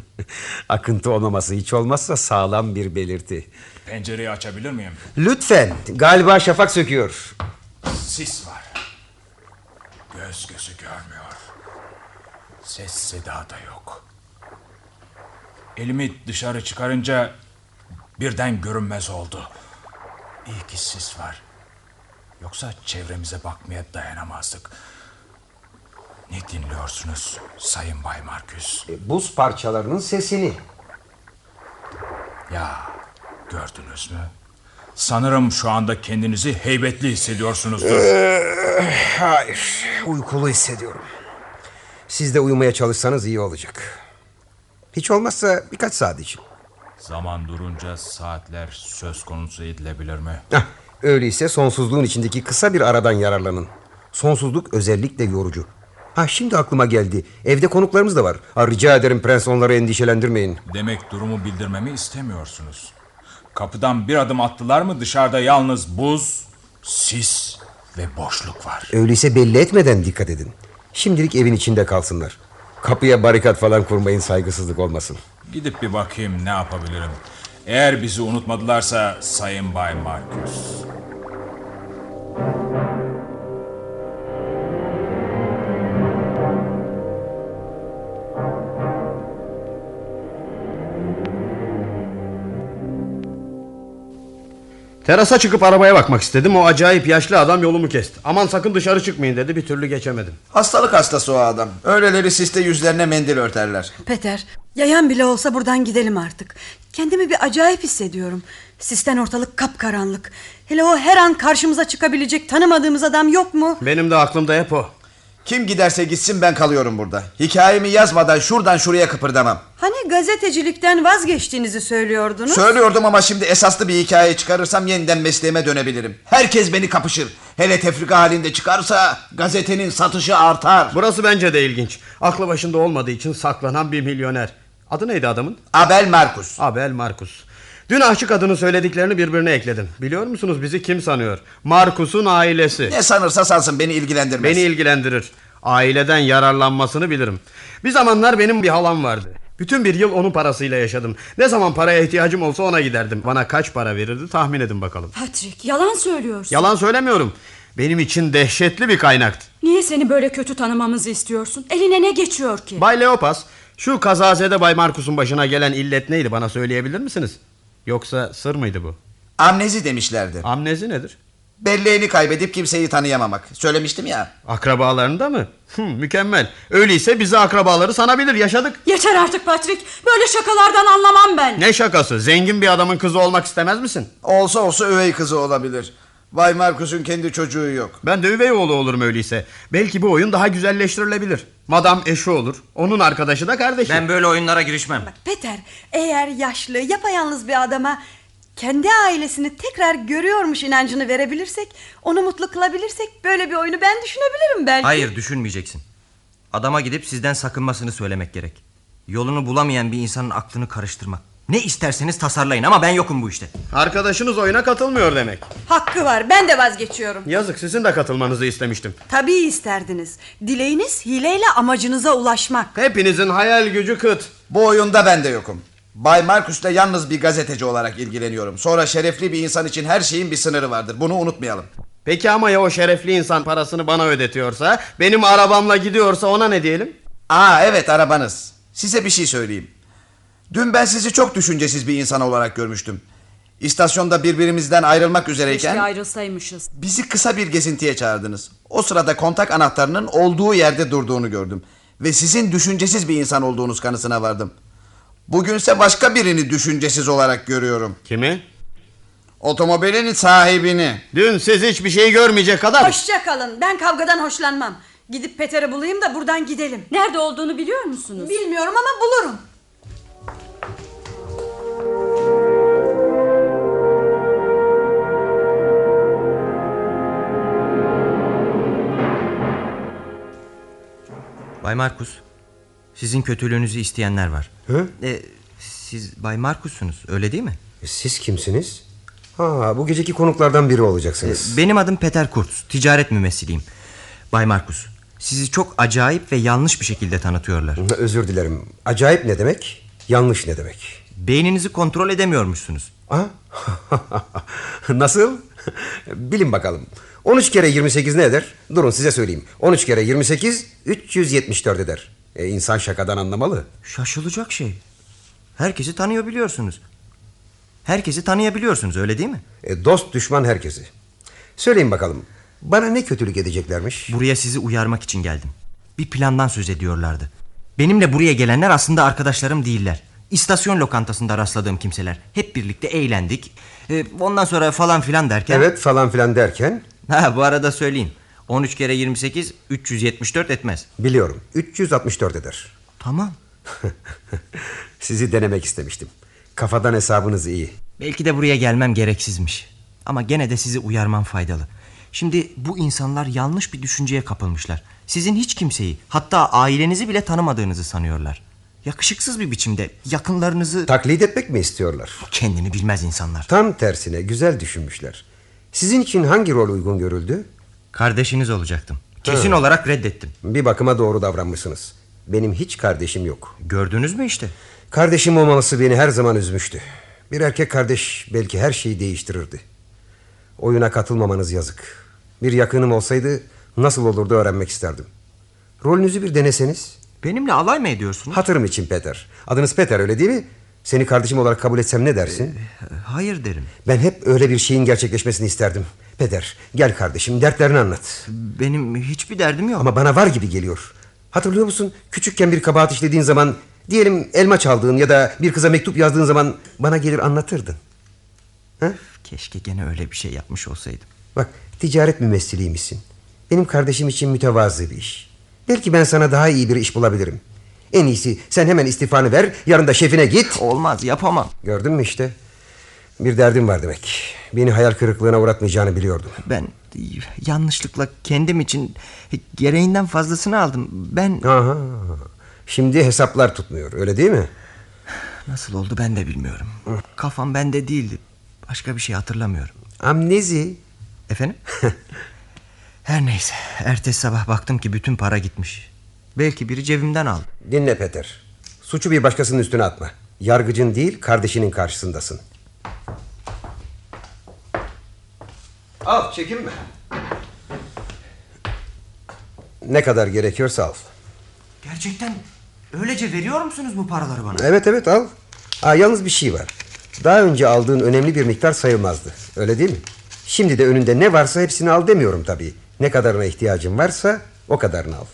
Akıntı olmaması hiç olmazsa sağlam bir belirti. Pencereyi açabilir miyim? Lütfen galiba şafak söküyor. Sis var. Göz gözü görmüyor. Ses seda da yok. Elimi dışarı çıkarınca birden görünmez oldu. İyi ki sis var. Yoksa çevremize bakmaya dayanamazdık. Ne dinliyorsunuz Sayın Bay Marcus? E, Buz parçalarının sesini. Ya gördünüz mü? Sanırım şu anda kendinizi heybetli hissediyorsunuzdur. Eh, Hayır, uykulu hissediyorum. Siz de uyumaya çalışsanız iyi olacak. Hiç olmazsa birkaç saat için. Zaman durunca saatler söz konusu edilebilir mi? Hah, öyleyse sonsuzluğun içindeki kısa bir aradan yararlanın. Sonsuzluk özellikle yorucu. Ha şimdi aklıma geldi. Evde konuklarımız da var. Ha, rica ederim prens onları endişelendirmeyin. Demek durumu bildirmemi istemiyorsunuz. Kapıdan bir adım attılar mı dışarıda yalnız buz, sis ve boşluk var. Öyleyse belli etmeden dikkat edin. Şimdilik evin içinde kalsınlar. Kapıya barikat falan kurmayın saygısızlık olmasın. Gidip bir bakayım ne yapabilirim. Eğer bizi unutmadılarsa Sayın Bay Marcus. Terasa çıkıp arabaya bakmak istedim. O acayip yaşlı adam yolumu kesti. Aman sakın dışarı çıkmayın dedi. Bir türlü geçemedim. Hastalık hastası o adam. Öyleleri siste yüzlerine mendil örterler. Peter, yayan bile olsa buradan gidelim artık. Kendimi bir acayip hissediyorum. Sisten ortalık kapkaranlık. Hele o her an karşımıza çıkabilecek tanımadığımız adam yok mu? Benim de aklımda hep o. Kim giderse gitsin ben kalıyorum burada. Hikayemi yazmadan şuradan şuraya kıpırdamam. Hani gazetecilikten vazgeçtiğinizi söylüyordunuz? Söylüyordum ama şimdi esaslı bir hikaye çıkarırsam yeniden mesleğime dönebilirim. Herkes beni kapışır. Hele tefrika halinde çıkarsa gazetenin satışı artar. Burası bence de ilginç. Aklı başında olmadığı için saklanan bir milyoner. Adı neydi adamın? Abel Markus. Abel Markus. Dün aşçı kadının söylediklerini birbirine ekledim. Biliyor musunuz bizi kim sanıyor? Markus'un ailesi. Ne sanırsa sansın beni ilgilendirmez. Beni ilgilendirir. Aileden yararlanmasını bilirim. Bir zamanlar benim bir halam vardı. Bütün bir yıl onun parasıyla yaşadım. Ne zaman paraya ihtiyacım olsa ona giderdim. Bana kaç para verirdi tahmin edin bakalım. Patrick yalan söylüyorsun. Yalan söylemiyorum. Benim için dehşetli bir kaynaktı. Niye seni böyle kötü tanımamızı istiyorsun? Eline ne geçiyor ki? Bay Leopas, şu kazazede Bay Markus'un başına gelen illet neydi bana söyleyebilir misiniz? Yoksa sır mıydı bu? Amnezi demişlerdi. Amnezi nedir? Belleğini kaybedip kimseyi tanıyamamak. Söylemiştim ya. Akrabalarında mı? Hı, mükemmel. Öyleyse bizi akrabaları sanabilir yaşadık. Yeter artık Patrick. Böyle şakalardan anlamam ben. Ne şakası? Zengin bir adamın kızı olmak istemez misin? Olsa olsa üvey kızı olabilir. Bay Markus'un kendi çocuğu yok. Ben de üvey oğlu olurum öyleyse. Belki bu oyun daha güzelleştirilebilir. Madam eşi olur. Onun arkadaşı da kardeşi. Ben böyle oyunlara girişmem. Peter, eğer yaşlı, yapayalnız bir adama kendi ailesini tekrar görüyormuş inancını verebilirsek, onu mutlu kılabilirsek böyle bir oyunu ben düşünebilirim belki. Hayır düşünmeyeceksin. Adama gidip sizden sakınmasını söylemek gerek. Yolunu bulamayan bir insanın aklını karıştırmak. Ne isterseniz tasarlayın ama ben yokum bu işte. Arkadaşınız oyuna katılmıyor demek. Hakkı var ben de vazgeçiyorum. Yazık sizin de katılmanızı istemiştim. Tabii isterdiniz. Dileğiniz hileyle amacınıza ulaşmak. Hepinizin hayal gücü kıt. Bu oyunda ben de yokum. Bay Marcus'la yalnız bir gazeteci olarak ilgileniyorum. Sonra şerefli bir insan için her şeyin bir sınırı vardır. Bunu unutmayalım. Peki ama ya o şerefli insan parasını bana ödetiyorsa, benim arabamla gidiyorsa ona ne diyelim? Aa evet arabanız. Size bir şey söyleyeyim. Dün ben sizi çok düşüncesiz bir insan olarak görmüştüm. İstasyonda birbirimizden ayrılmak Keşke üzereyken şey ayrılsaymışız. bizi kısa bir gezintiye çağırdınız. O sırada kontak anahtarının olduğu yerde durduğunu gördüm. Ve sizin düşüncesiz bir insan olduğunuz kanısına vardım. Bugünse başka birini düşüncesiz olarak görüyorum. Kimi? Otomobilin sahibini. Dün siz hiçbir şey görmeyecek kadar... Hoşça kalın. Ben kavgadan hoşlanmam. Gidip Peter'i bulayım da buradan gidelim. Nerede olduğunu biliyor musunuz? Bilmiyorum ama bulurum. Bay Markus, sizin kötülüğünüzü isteyenler var. E, siz Bay Markus'sunuz, öyle değil mi? E, Siz kimsiniz? Ha, bu geceki konuklardan biri olacaksınız. E, Benim adım Peter Kurtz, ticaret mümessiliyim. Bay Markus, sizi çok acayip ve yanlış bir şekilde tanıtıyorlar. Özür dilerim. Acayip ne demek? Yanlış ne demek? Beyninizi kontrol edemiyormuşsunuz. Nasıl? Bilin bakalım. 13 kere 28 ne eder? Durun size söyleyeyim. 13 kere 28 374 eder. E, insan şakadan anlamalı. Şaşılacak şey. Herkesi tanıyor biliyorsunuz. Herkesi tanıyabiliyorsunuz öyle değil mi? E, dost düşman herkesi. Söyleyin bakalım. Bana ne kötülük edeceklermiş? Buraya sizi uyarmak için geldim. Bir plandan söz ediyorlardı. Benimle buraya gelenler aslında arkadaşlarım değiller. İstasyon lokantasında rastladığım kimseler. Hep birlikte eğlendik. Ee, ondan sonra falan filan derken... Evet falan filan derken Ha bu arada söyleyeyim. 13 kere 28 374 etmez. biliyorum 364 eder. Tamam. Sizi denemek istemiştim. Kafadan hesabınız iyi. Belki de buraya gelmem gereksizmiş. Ama gene de sizi uyarmam faydalı. Şimdi bu insanlar yanlış bir düşünceye kapılmışlar. Sizin hiç kimseyi, hatta ailenizi bile tanımadığınızı sanıyorlar. Yakışıksız bir biçimde yakınlarınızı... Taklit etmek mi istiyorlar? Kendini bilmez insanlar. Tam tersine güzel düşünmüşler. Sizin için hangi rol uygun görüldü? Kardeşiniz olacaktım. Kesin olarak reddettim. Bir bakıma doğru davranmışsınız. Benim hiç kardeşim yok. Gördünüz mü işte? Kardeşim olmaması beni her zaman üzmüştü. Bir erkek kardeş belki her şeyi değiştirirdi. Oyuna katılmamanız yazık. Bir yakınım olsaydı nasıl olurdu öğrenmek isterdim. Rolünüzü bir deneseniz. Benimle alay mı ediyorsunuz? Hatırım için Peter. Adınız Peter öyle değil mi? Seni kardeşim olarak kabul etsem ne dersin? Hayır derim. Ben hep öyle bir şeyin gerçekleşmesini isterdim. Peter gel kardeşim dertlerini anlat. Benim hiçbir derdim yok. Ama bana var gibi geliyor. Hatırlıyor musun? Küçükken bir kabahat işlediğin zaman... ...diyelim elma çaldığın ya da bir kıza mektup yazdığın zaman... ...bana gelir anlatırdın. Keşke gene öyle bir şey yapmış olsaydım. Bak ticaret mümessiliymişsin. Benim kardeşim için mütevazı bir iş. Belki ben sana daha iyi bir iş bulabilirim. En iyisi sen hemen istifanı ver... ...yarın da şefine git. Olmaz yapamam. Gördün mü işte? Bir derdim var demek. Beni hayal kırıklığına uğratmayacağını biliyordum. Ben e, yanlışlıkla kendim için gereğinden fazlasını aldım. Ben Aha. Şimdi hesaplar tutmuyor öyle değil mi? nasıl oldu ben de bilmiyorum. Kafam bende değildi. Başka bir şey hatırlamıyorum. Amnezi. Efendim? Her neyse. Ertesi sabah baktım ki bütün para gitmiş. Belki biri cebimden aldı. Dinle Peter. Suçu bir başkasının üstüne atma. Yargıcın değil kardeşinin karşısındasın. Al çekinme. Ne kadar gerekiyorsa al. Gerçekten öylece veriyor musunuz bu paraları bana? Evet evet al. Aa, yalnız bir şey var. Daha önce aldığın önemli bir miktar sayılmazdı. Öyle değil mi? Şimdi de önünde ne varsa hepsini al demiyorum tabii. Ne kadarına ihtiyacın varsa o kadarını al.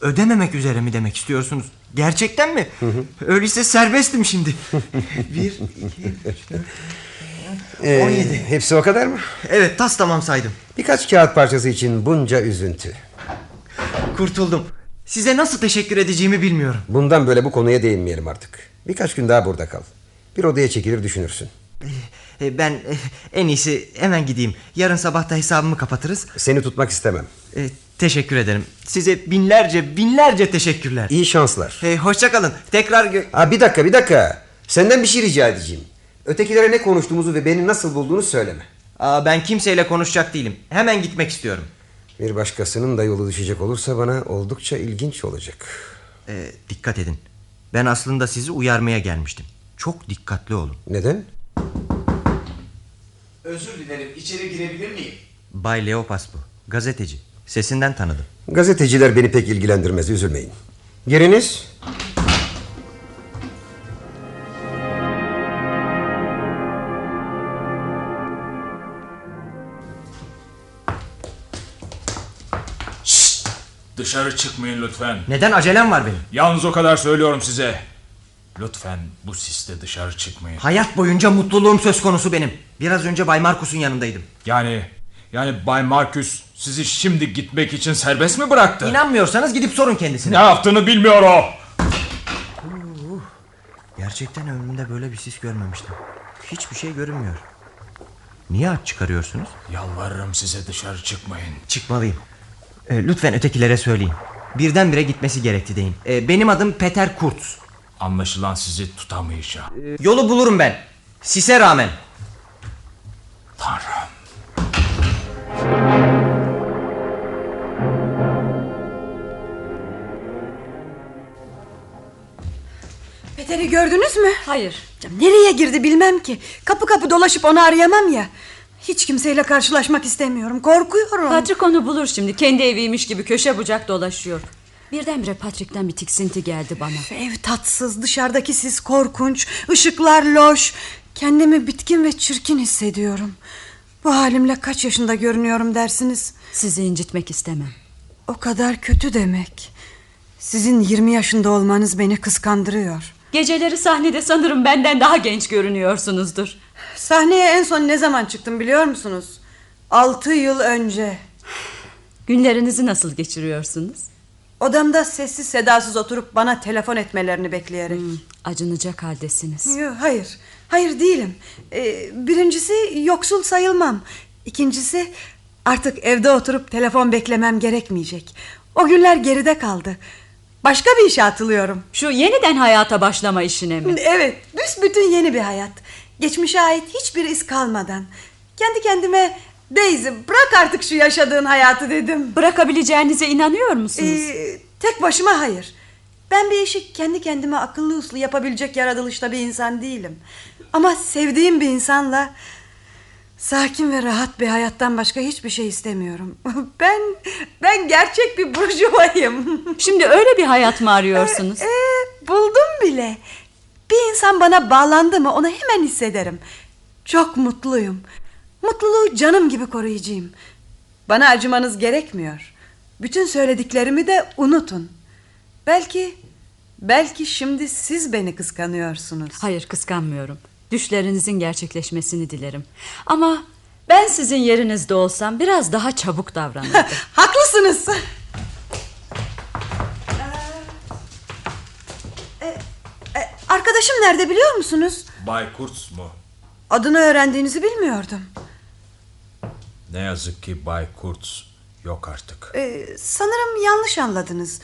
Ödememek üzere mi demek istiyorsunuz? Gerçekten mi? Öyleyse serbestim şimdi. bir, iki, üç, dört. Ee, 17. Hepsi o kadar mı? Evet tas tamam saydım. Birkaç kağıt parçası için bunca üzüntü. Kurtuldum. Size nasıl teşekkür edeceğimi bilmiyorum. Bundan böyle bu konuya değinmeyelim artık. Birkaç gün daha burada kal. Bir odaya çekilir düşünürsün. E, Ben e, en iyisi hemen gideyim. Yarın sabah da hesabımı kapatırız. Seni tutmak istemem. teşekkür ederim. Size binlerce binlerce teşekkürler. İyi şanslar. E, hoşça kalın. Tekrar gö- Ha, bir dakika bir dakika. Senden bir şey rica edeceğim. Ötekilere ne konuştuğumuzu ve beni nasıl bulduğunu söyleme. Aa, ben kimseyle konuşacak değilim. Hemen gitmek istiyorum. Bir başkasının da yolu düşecek olursa bana oldukça ilginç olacak. E, dikkat edin. Ben aslında sizi uyarmaya gelmiştim. Çok dikkatli olun. Neden? Özür dilerim içeri girebilir miyim? Bay Leopas bu. Gazeteci. Sesinden tanıdım. Gazeteciler beni pek ilgilendirmez üzülmeyin. Giriniz. Dışarı çıkmayın lütfen. Neden acelem var benim? Yalnız o kadar söylüyorum size. Lütfen bu siste dışarı çıkmayın. Hayat boyunca mutluluğum söz konusu benim. Biraz önce Bay Markus'un yanındaydım. Yani yani Bay Marcus sizi şimdi gitmek için serbest mi bıraktı? İnanmıyorsanız gidip sorun kendisine. Ne yaptığını bilmiyor o. Gerçekten ömrümde böyle bir sis görmemiştim. Hiçbir şey görünmüyor. Niye aç çıkarıyorsunuz? Yalvarırım size dışarı çıkmayın. Çıkmalıyım. E, lütfen ötekilere söyleyin. Birdenbire gitmesi gerekti deyin. E, benim adım Peter Kurtz. E, Anlaşılan sizi tutamayacağım. Yolu bulurum ben. Sise rağmen. Tanrım. Peter'i gördünüz mü? Hayır. Nereye girdi bilmem ki. Kapı kapı dolaşıp onu arayamam ya. Hiç kimseyle karşılaşmak istemiyorum. Korkuyorum. Patrick onu bulur şimdi. Kendi eviymiş gibi köşe bucak dolaşıyor. Birdenbire Patrick'ten bir tiksinti geldi bana. Ev tatsız, dışarıdaki sis korkunç, ışıklar loş. Kendimi bitkin ve çirkin hissediyorum. Bu halimle kaç yaşında görünüyorum dersiniz? Sizi incitmek istemem. O kadar kötü demek. Sizin 20 yaşında olmanız beni kıskandırıyor. Geceleri sahnede sanırım benden daha genç görünüyorsunuzdur. Sahneye en son ne zaman çıktım biliyor musunuz? 6 yıl önce. Günlerinizi nasıl geçiriyorsunuz? Odamda sessiz sedasız oturup bana telefon etmelerini bekleyerek. Hmm, Acınacak haldesiniz. Yo, hayır, hayır değilim. Ee, birincisi yoksul sayılmam. İkincisi artık evde oturup telefon beklemem gerekmeyecek. O günler geride kaldı. Başka bir işe atılıyorum. Şu yeniden hayata başlama işine mi? Evet, büsbütün yeni bir hayat. Geçmişe ait hiçbir iz kalmadan. Kendi kendime Daisy bırak artık şu yaşadığın hayatı dedim. Bırakabileceğinize inanıyor musunuz? Ee, tek başıma hayır. Ben bir işi kendi kendime akıllı uslu yapabilecek yaratılışta bir insan değilim. Ama sevdiğim bir insanla sakin ve rahat bir hayattan başka hiçbir şey istemiyorum. Ben ben gerçek bir burjuvayım. Şimdi öyle bir hayat mı arıyorsunuz? Ee, e, buldum bile. Bir insan bana bağlandı mı onu hemen hissederim. Çok mutluyum. Mutluluğu canım gibi koruyacağım. Bana acımanız gerekmiyor. Bütün söylediklerimi de unutun. Belki belki şimdi siz beni kıskanıyorsunuz. Hayır kıskanmıyorum. Düşlerinizin gerçekleşmesini dilerim. Ama ben sizin yerinizde olsam biraz daha çabuk davranırdım. Haklısınız. Arkadaşım nerede biliyor musunuz? Bay Kurtz mu? Adını öğrendiğinizi bilmiyordum. Ne yazık ki Bay Kurtz yok artık. Ee, sanırım yanlış anladınız.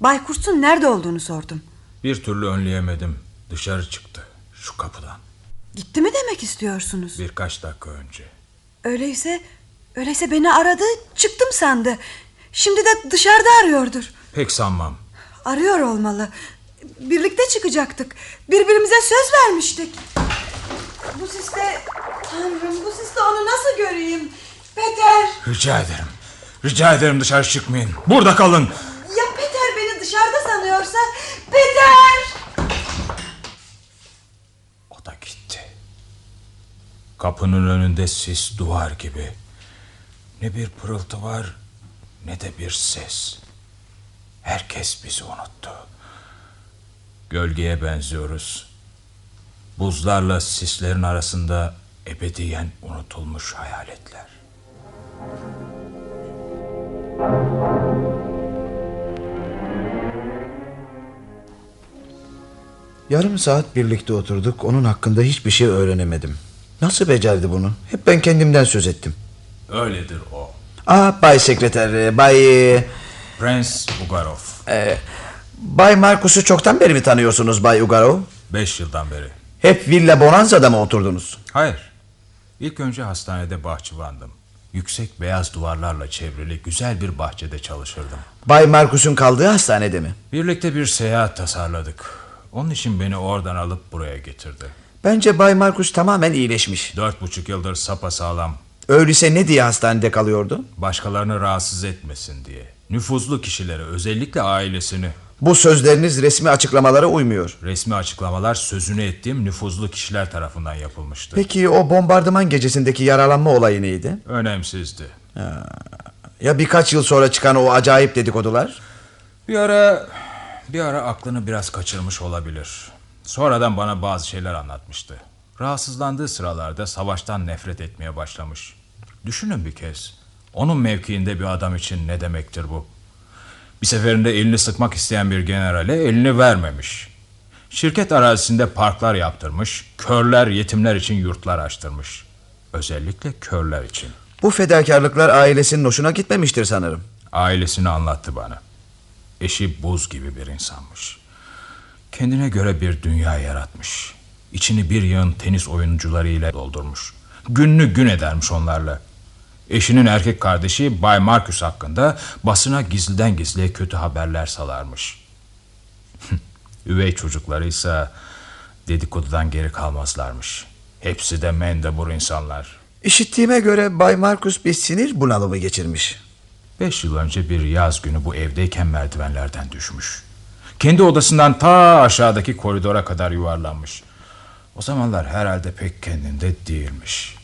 Bay Kurt'un nerede olduğunu sordum. Bir türlü önleyemedim. Dışarı çıktı. Şu kapıdan. Gitti mi demek istiyorsunuz? Birkaç dakika önce. Öyleyse, öyleyse beni aradı, çıktım sandı. Şimdi de dışarıda arıyordur. Pek sanmam. Arıyor olmalı. Birlikte çıkacaktık. Birbirimize söz vermiştik. Bu siste... Tanrım bu siste onu nasıl göreyim? Peter! Rica ederim. Rica ederim dışarı çıkmayın. Burada kalın. Ya Peter beni dışarıda sanıyorsa? Peter! Kapının önünde sis duvar gibi. Ne bir pırıltı var ne de bir ses. Herkes bizi unuttu. Gölgeye benziyoruz. Buzlarla sislerin arasında ebediyen unutulmuş hayaletler. Yarım saat birlikte oturduk. Onun hakkında hiçbir şey öğrenemedim. Nasıl becerdi bunu? Hep ben kendimden söz ettim. Öyledir o. Aa Bay Sekreter, e, Bay... e, Prens Ugarov. e, Bay Markus'u çoktan beri mi tanıyorsunuz Bay Ugarov? Beş yıldan beri. Hep Villa Bonanza'da mı oturdunuz? Hayır. İlk önce hastanede bahçıvandım. Yüksek beyaz duvarlarla çevrili güzel bir bahçede çalışırdım. Bay Markus'un kaldığı hastanede mi? Birlikte bir seyahat tasarladık. Onun için beni oradan alıp buraya getirdi. Bence Bay Markus tamamen iyileşmiş. Dört buçuk yıldır sapasağlam. Öyleyse ne diye hastanede kalıyordu? Başkalarını rahatsız etmesin diye. Nüfuzlu kişileri, özellikle ailesini. Bu sözleriniz resmi açıklamalara uymuyor. Resmi açıklamalar sözünü ettiğim nüfuzlu kişiler tarafından yapılmıştı. Peki o bombardıman gecesindeki yaralanma olayı neydi? Önemsizdi. Ya birkaç yıl sonra çıkan o acayip dedikodular? Bir ara bir ara aklını biraz kaçırmış olabilir. Sonradan bana bazı şeyler anlatmıştı. Rahatsızlandığı sıralarda savaştan nefret etmeye başlamış. Düşünün bir kez. Onun mevkiinde bir adam için ne demektir bu? Bir seferinde elini sıkmak isteyen bir generale elini vermemiş. Şirket arazisinde parklar yaptırmış, körler, yetimler için yurtlar açtırmış. Özellikle körler için. Bu fedakarlıklar ailesinin hoşuna gitmemiştir sanırım. Ailesini anlattı bana. Eşi buz gibi bir insanmış. Kendine göre bir dünya yaratmış. İçini bir yığın tenis oyuncularıyla doldurmuş. Gününü gün edermiş onlarla. Eşinin erkek kardeşi Bay Marcus hakkında basına gizliden gizliye kötü haberler salarmış. Üvey çocukları ise dedikodudan geri kalmazlarmış. Hepsi de mendebur insanlar. İşittiğime göre Bay Markus bir sinir bunalımı geçirmiş. Beş yıl önce bir yaz günü bu evdeyken merdivenlerden düşmüş. Kendi odasından ta aşağıdaki koridora kadar yuvarlanmış. O zamanlar herhalde pek kendinde değilmiş.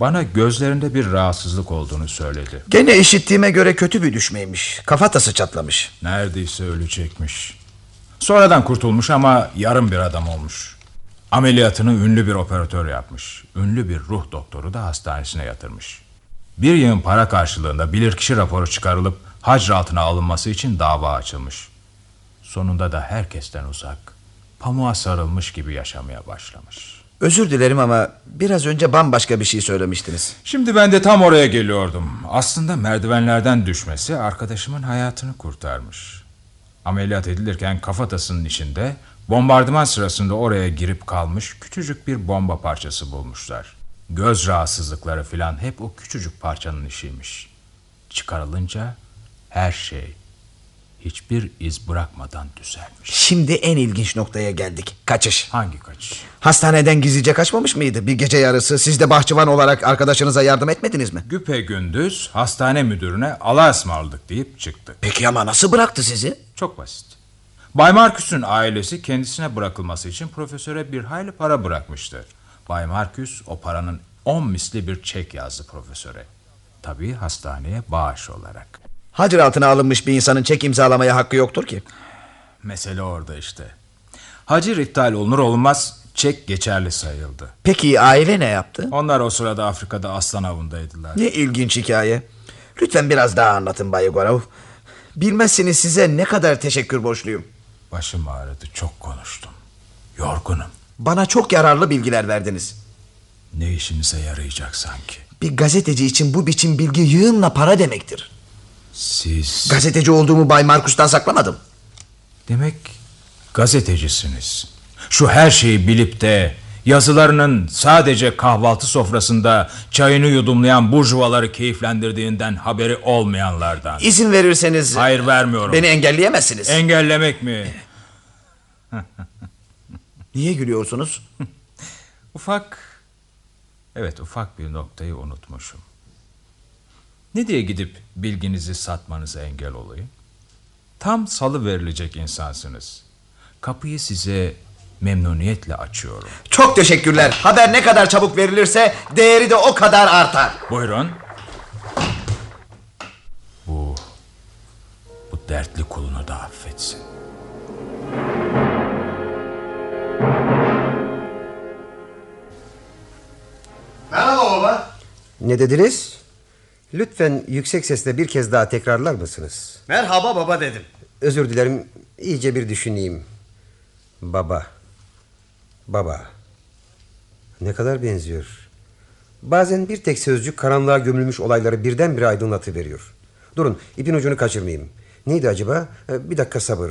Bana gözlerinde bir rahatsızlık olduğunu söyledi. Gene işittiğime göre kötü bir düşmeymiş. Kafatası çatlamış. Neredeyse ölecekmiş. Sonradan kurtulmuş ama yarım bir adam olmuş. Ameliyatını ünlü bir operatör yapmış. Ünlü bir ruh doktoru da hastanesine yatırmış. Bir yığın para karşılığında bilirkişi raporu çıkarılıp hacr altına alınması için dava açılmış. Sonunda da herkesten uzak, pamuğa sarılmış gibi yaşamaya başlamış. Özür dilerim ama biraz önce bambaşka bir şey söylemiştiniz. Şimdi ben de tam oraya geliyordum. Aslında merdivenlerden düşmesi arkadaşımın hayatını kurtarmış. Ameliyat edilirken kafatasının içinde bombardıman sırasında oraya girip kalmış küçücük bir bomba parçası bulmuşlar. Göz rahatsızlıkları filan hep o küçücük parçanın işiymiş. Çıkarılınca her şey hiçbir iz bırakmadan düzelmiş. Şimdi en ilginç noktaya geldik. Kaçış. Hangi kaçış? Hastaneden gizlice kaçmamış mıydı? Bir gece yarısı siz de bahçıvan olarak arkadaşınıza yardım etmediniz mi? Güpe gündüz hastane müdürüne Allah'a ısmarladık deyip çıktı. Peki ama nasıl bıraktı sizi? Çok basit. Bay Marcus'un ailesi kendisine bırakılması için profesöre bir hayli para bırakmıştı. Bay Marcus o paranın on misli bir çek yazdı profesöre. Tabii hastaneye bağış olarak. Hacir altına alınmış bir insanın çek imzalamaya hakkı yoktur ki. Mesele orada işte. Hacir iptal olunur olmaz çek geçerli sayıldı. Peki aile ne yaptı? Onlar o sırada Afrika'da aslan avındaydılar. Ne ilginç hikaye. Lütfen biraz daha anlatın Bay Gorov. Bilmezsiniz size ne kadar teşekkür borçluyum. Başım ağrıdı çok konuştum. Yorgunum. Bana çok yararlı bilgiler verdiniz. Ne işinize yarayacak sanki? Bir gazeteci için bu biçim bilgi yığınla para demektir. Siz Gazeteci olduğumu Bay Markus'tan saklamadım. Demek gazetecisiniz. Şu her şeyi bilip de yazılarının sadece kahvaltı sofrasında çayını yudumlayan burjuvaları keyiflendirdiğinden haberi olmayanlardan. İzin verirseniz Hayır vermiyorum. beni engelleyemezsiniz. Engellemek mi? Niye gülüyorsunuz? Ufak Evet ufak bir noktayı unutmuşum. Ne diye gidip bilginizi satmanıza engel olayım? Tam salı verilecek insansınız. Kapıyı size memnuniyetle açıyorum. Çok teşekkürler. Haber ne kadar çabuk verilirse değeri de o kadar artar. Buyurun. Bu bu dertli kulunu da affetsin. Merhaba baba. Ne dediniz? Lütfen yüksek sesle bir kez daha tekrarlar mısınız? Merhaba baba dedim. Özür dilerim. iyice bir düşüneyim. Baba. Baba. Ne kadar benziyor. Bazen bir tek sözcük karanlığa gömülmüş olayları birdenbire aydınlatıveriyor. Durun ipin ucunu kaçırmayayım. Neydi acaba? Ee, Bir dakika sabır.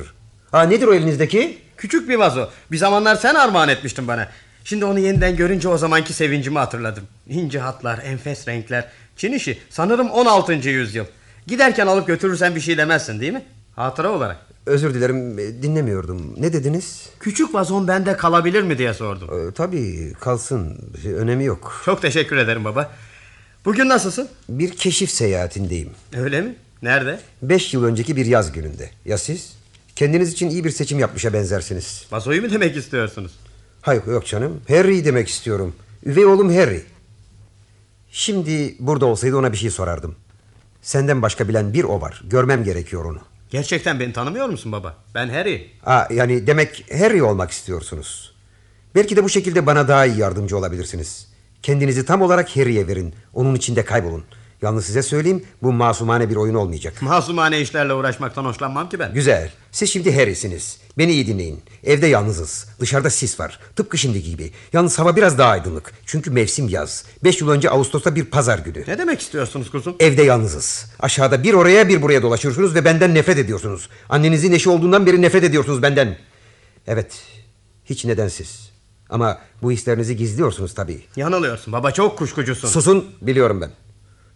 Ha nedir o elinizdeki? Küçük bir vazo. Bir zamanlar sen armağan etmiştin bana. Şimdi onu yeniden görünce o zamanki sevincimi hatırladım. İnce hatlar, enfes renkler. Çin işi sanırım 16. yüzyıl. Giderken alıp götürürsen bir şey demezsin değil mi? Hatıra olarak. Özür dilerim e, dinlemiyordum. Ne dediniz? E, Küçük vazon bende kalabilir mi diye sordum. tabii kalsın. Önemi yok. Çok teşekkür ederim baba. Bugün nasılsın? Bir keşif seyahatindeyim. Öyle mi? Nerede? Beş yıl önceki bir yaz gününde. Ya siz? Kendiniz için iyi bir seçim yapmışa benzersiniz. Vazoyu mu demek istiyorsunuz? Hayır yok canım. Harry demek istiyorum. Üvey oğlum Harry. Şimdi burada olsaydı ona bir şey sorardım. Senden başka bilen bir o var. Görmem gerekiyor onu. Gerçekten beni tanımıyor musun baba? Ben Harry. Aa, yani demek Harry olmak istiyorsunuz. Belki de bu şekilde bana daha iyi yardımcı olabilirsiniz. Kendinizi tam olarak Harry'e verin. Onun içinde kaybolun. Yalnız size söyleyeyim bu masumane bir oyun olmayacak. Masumane işlerle uğraşmaktan hoşlanmam ki ben. Güzel. Siz şimdi Harry'siniz. Beni iyi dinleyin. Evde yalnızız. Dışarıda sis var. Tıpkı şimdiki gibi. Yalnız hava biraz daha aydınlık. Çünkü mevsim yaz. Beş yıl önce Ağustos'ta bir pazar günü. Ne demek istiyorsunuz kuzum? Evde yalnızız. Aşağıda bir oraya bir buraya dolaşıyorsunuz ve benden nefret ediyorsunuz. Annenizin eşi olduğundan beri nefret ediyorsunuz benden. Evet. Hiç nedensiz. Ama bu hislerinizi gizliyorsunuz tabii. Yanılıyorsun baba çok kuşkucusun. Susun biliyorum ben.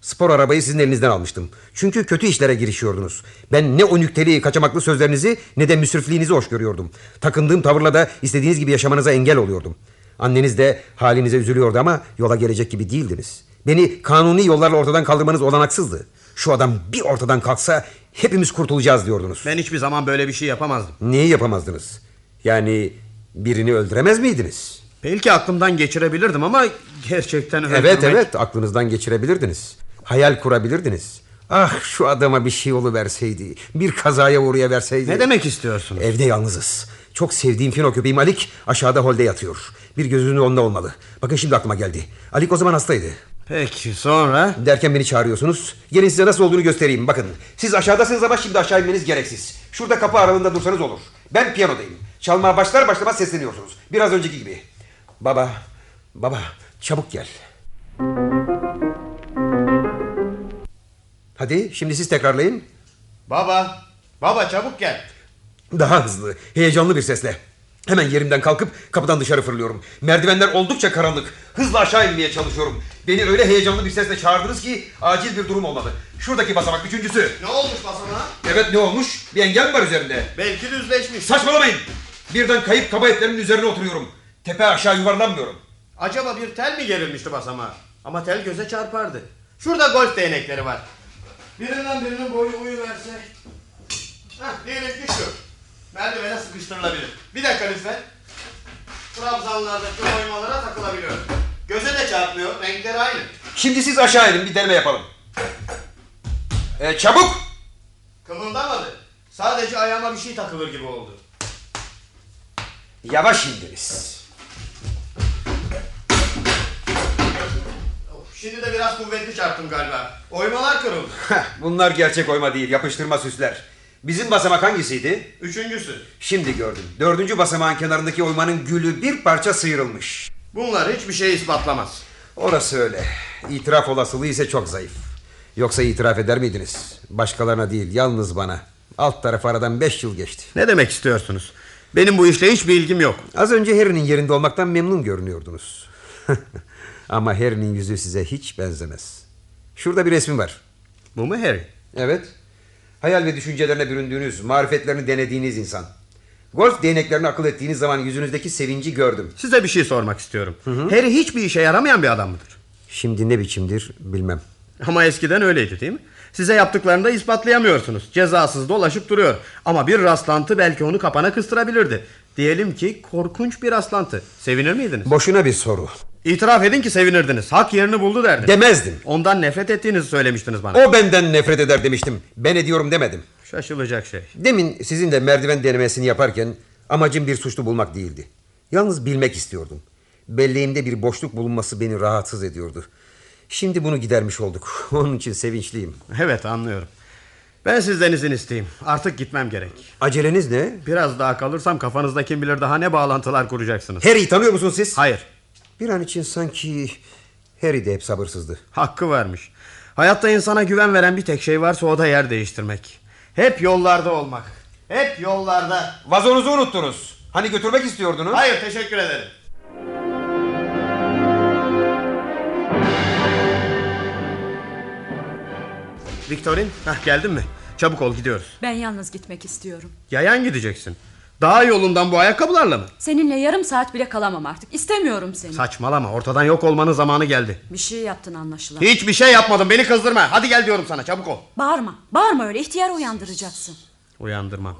Spor arabayı sizin elinizden almıştım. Çünkü kötü işlere girişiyordunuz. Ben ne o nükteli kaçamaklı sözlerinizi ne de müsrifliğinizi hoş görüyordum. Takındığım tavırla da istediğiniz gibi yaşamanıza engel oluyordum. Anneniz de halinize üzülüyordu ama yola gelecek gibi değildiniz. Beni kanuni yollarla ortadan kaldırmanız olanaksızdı. Şu adam bir ortadan kalksa hepimiz kurtulacağız diyordunuz. Ben hiçbir zaman böyle bir şey yapamazdım. Neyi yapamazdınız? Yani birini öldüremez miydiniz? Belki aklımdan geçirebilirdim ama gerçekten öldürmek... Evet evet aklınızdan geçirebilirdiniz. Hayal kurabilirdiniz. Ah şu adama bir şey oluverseydi. Bir kazaya uğraya verseydi. Ne demek istiyorsunuz? Evde yalnızız. Çok sevdiğim fino köpeğim Alik aşağıda holde yatıyor. Bir gözünün onda olmalı. Bakın şimdi aklıma geldi. Alik o zaman hastaydı. Peki sonra? Derken beni çağırıyorsunuz. Gelin size nasıl olduğunu göstereyim. Bakın siz aşağıdasınız ama şimdi aşağı inmeniz gereksiz. Şurada kapı aralığında dursanız olur. Ben piyanodayım. Çalmaya başlar başlamaz sesleniyorsunuz. Biraz önceki gibi. Baba, baba çabuk gel. Hadi şimdi siz tekrarlayın. Baba, baba çabuk gel. Daha hızlı, heyecanlı bir sesle. Hemen yerimden kalkıp kapıdan dışarı fırlıyorum. Merdivenler oldukça karanlık. Hızla aşağı inmeye çalışıyorum. Beni öyle heyecanlı bir sesle çağırdınız ki acil bir durum olmalı. Şuradaki basamak üçüncüsü. Ne olmuş basamağa? Evet ne olmuş? Bir engel mi var üzerinde? Belki düzleşmiş. Saçmalamayın. Birden kayıp kaba etlerimin üzerine oturuyorum. Tepe aşağı yuvarlanmıyorum. Acaba bir tel mi gerilmişti basamağa? Ama tel göze çarpardı. Şurada golf değnekleri var. Birinden birinin boyu uyuverse. Hah, diyelim ki şu. Merdivene sıkıştırılabilir. Bir dakika lütfen. Trabzanlardaki oymalara takılabiliyor. Göze de çarpmıyor, renkleri aynı. Şimdi siz aşağı inin bir deneme yapalım. E, çabuk. Kımıldamadı. Sadece ayağıma bir şey takılır gibi oldu. Yavaş indiniz. Şimdi de biraz kuvvetli çarptım galiba. Oymalar kırıldı. Bunlar gerçek oyma değil yapıştırma süsler. Bizim basamak hangisiydi? Üçüncüsü. Şimdi gördüm. Dördüncü basamağın kenarındaki oymanın gülü bir parça sıyrılmış. Bunlar hiçbir şey ispatlamaz. Orası öyle. İtiraf olasılığı ise çok zayıf. Yoksa itiraf eder miydiniz? Başkalarına değil yalnız bana. Alt tarafı aradan beş yıl geçti. Ne demek istiyorsunuz? Benim bu işle hiçbir ilgim yok. Az önce Harry'nin yerinde olmaktan memnun görünüyordunuz. Ama Harry'nin yüzü size hiç benzemez. Şurada bir resmi var. Bu mu Harry? Evet. Hayal ve düşüncelerine büründüğünüz, marifetlerini denediğiniz insan. Golf değneklerini akıl ettiğiniz zaman yüzünüzdeki sevinci gördüm. Size bir şey sormak istiyorum. Harry hiçbir işe yaramayan bir adam mıdır? Şimdi ne biçimdir bilmem. Ama eskiden öyleydi değil mi? Size yaptıklarını da ispatlayamıyorsunuz. Cezasız dolaşıp duruyor. Ama bir rastlantı belki onu kapana kıstırabilirdi. Diyelim ki korkunç bir rastlantı. Sevinir miydiniz? Boşuna bir soru. İtiraf edin ki sevinirdiniz. Hak yerini buldu derdiniz. Demezdim. Ondan nefret ettiğinizi söylemiştiniz bana. O benden nefret eder demiştim. Ben ediyorum demedim. Şaşılacak şey. Demin sizinle merdiven denemesini yaparken amacım bir suçlu bulmak değildi. Yalnız bilmek istiyordum. Belleğimde bir boşluk bulunması beni rahatsız ediyordu. Şimdi bunu gidermiş olduk. Onun için sevinçliyim. Evet anlıyorum. Ben sizden izin isteyeyim. Artık gitmem gerek. Aceleniz ne? Biraz daha kalırsam kafanızda kim bilir daha ne bağlantılar kuracaksınız. Harry'i tanıyor musunuz siz? Hayır. Bir an için sanki Harry de hep sabırsızdı. Hakkı varmış. Hayatta insana güven veren bir tek şey varsa o da yer değiştirmek. Hep yollarda olmak. Hep yollarda. Vazonuzu unuttunuz. Hani götürmek istiyordunuz? Hayır teşekkür ederim. Victorin, hah geldin mi? Çabuk ol gidiyoruz. Ben yalnız gitmek istiyorum. Yayan gideceksin. Daha yolundan bu ayakkabılarla mı? Seninle yarım saat bile kalamam artık. İstemiyorum seni. Saçmalama ortadan yok olmanın zamanı geldi. Bir şey yaptın anlaşılan. Hiçbir şey yapmadım beni kızdırma. Hadi gel diyorum sana çabuk ol. Bağırma. Bağırma öyle. ihtiyar uyandıracaksın. Uyandırmam.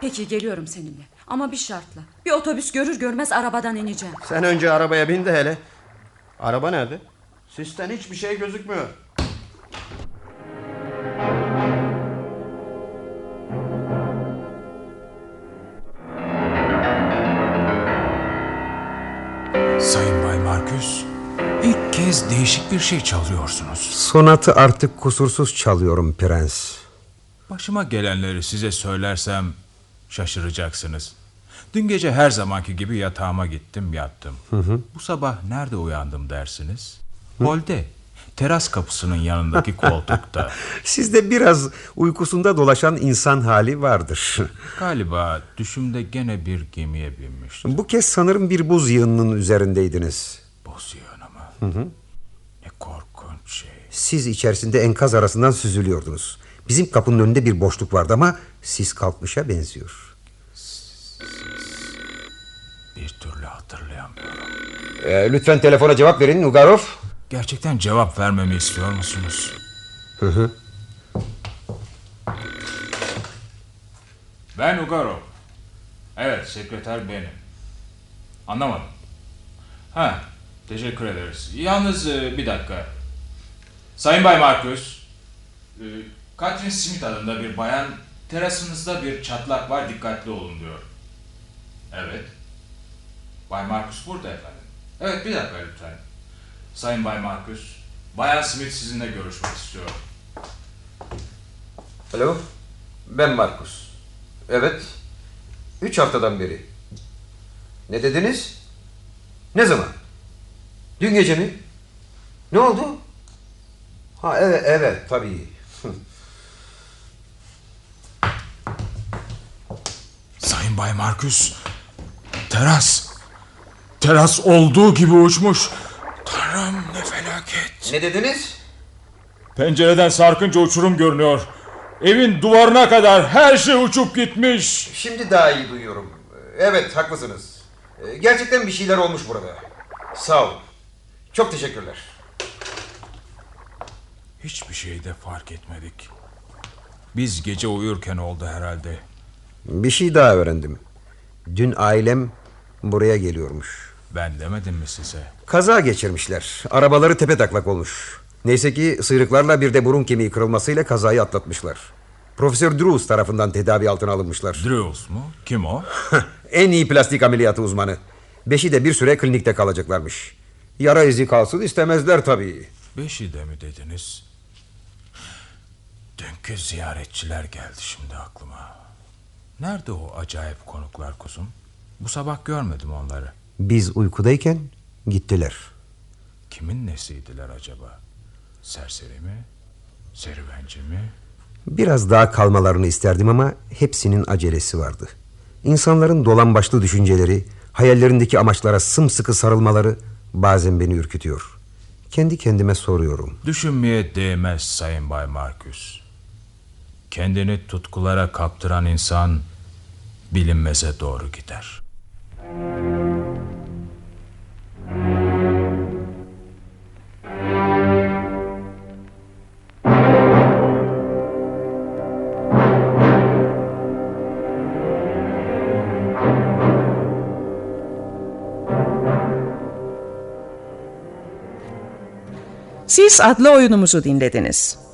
Peki geliyorum seninle. Ama bir şartla. Bir otobüs görür görmez arabadan ineceğim. Sen önce arabaya bin de hele. Araba nerede? Sisten hiçbir şey gözükmüyor. Sayın Bay Marcus, ilk kez değişik bir şey çalıyorsunuz. Sonatı artık kusursuz çalıyorum prens. Başıma gelenleri size söylersem şaşıracaksınız. Dün gece her zamanki gibi yatağıma gittim yattım. Hı hı. Bu sabah nerede uyandım dersiniz? Holde. Teras kapısının yanındaki koltukta. Sizde biraz uykusunda dolaşan insan hali vardır. Galiba düşümde gene bir gemiye binmiştim. Bu kez sanırım bir buz yığınının üzerindeydiniz. Buz yığını mı? Hı hı. Ne korkunç şey. Siz içerisinde enkaz arasından süzülüyordunuz. Bizim kapının önünde bir boşluk vardı ama siz kalkmışa benziyor. Bir türlü hatırlayamıyorum. Ee, lütfen telefona cevap verin Ugarov. Gerçekten cevap vermemi istiyor musunuz? Hı hı. Ben Ugarov. Evet, sekreter benim. Anlamadım. Ha, teşekkür ederiz. Yalnız e, bir dakika. Sayın Bay Markus, e, Catherine Smith adında bir bayan terasınızda bir çatlak var dikkatli olun diyor. Evet. Bay Markus burada efendim. Evet bir dakika lütfen. Sayın Bay Markus, Bayan Smith sizinle görüşmek istiyor. Alo, ben Markus. Evet. Üç haftadan beri. Ne dediniz? Ne zaman? Dün gece mi? Ne oldu? Ha evet, evet tabii. Sayın Bay Markus, teras. Teras olduğu gibi uçmuş. Tanrım ne felaket. Ne dediniz? Pencereden sarkınca uçurum görünüyor. Evin duvarına kadar her şey uçup gitmiş. Şimdi daha iyi duyuyorum. Evet haklısınız. Ee, Gerçekten bir şeyler olmuş burada. Sağ olun. Çok teşekkürler. Hiçbir şey de fark etmedik. Biz gece uyurken oldu herhalde. Bir şey daha öğrendim. Dün ailem buraya geliyormuş. Ben demedim mi size? Kaza geçirmişler. Arabaları tepe taklak olmuş. Neyse ki sıyrıklarla bir de burun kemiği kırılmasıyla kazayı atlatmışlar. Profesör Drews tarafından tedavi altına alınmışlar. Drews mu? Kim o? en iyi plastik ameliyatı uzmanı. Beşi de bir süre klinikte kalacaklarmış. Yara izi kalsın istemezler tabii. Beşi de mi dediniz? Dünkü ziyaretçiler geldi şimdi aklıma. Nerede o acayip konuklar kuzum? Bu sabah görmedim onları. Biz uykudayken gittiler. Kimin nesiydiler acaba? Serseri mi? Serüvenci mi? Biraz daha kalmalarını isterdim ama hepsinin acelesi vardı. İnsanların dolan başlı düşünceleri, hayallerindeki amaçlara sımsıkı sarılmaları bazen beni ürkütüyor. Kendi kendime soruyorum. Düşünmeye değmez Sayın Bay Marcus. Kendini tutkulara kaptıran insan bilinmeze doğru gider. Siz adlı oyunumuzu dinlediniz.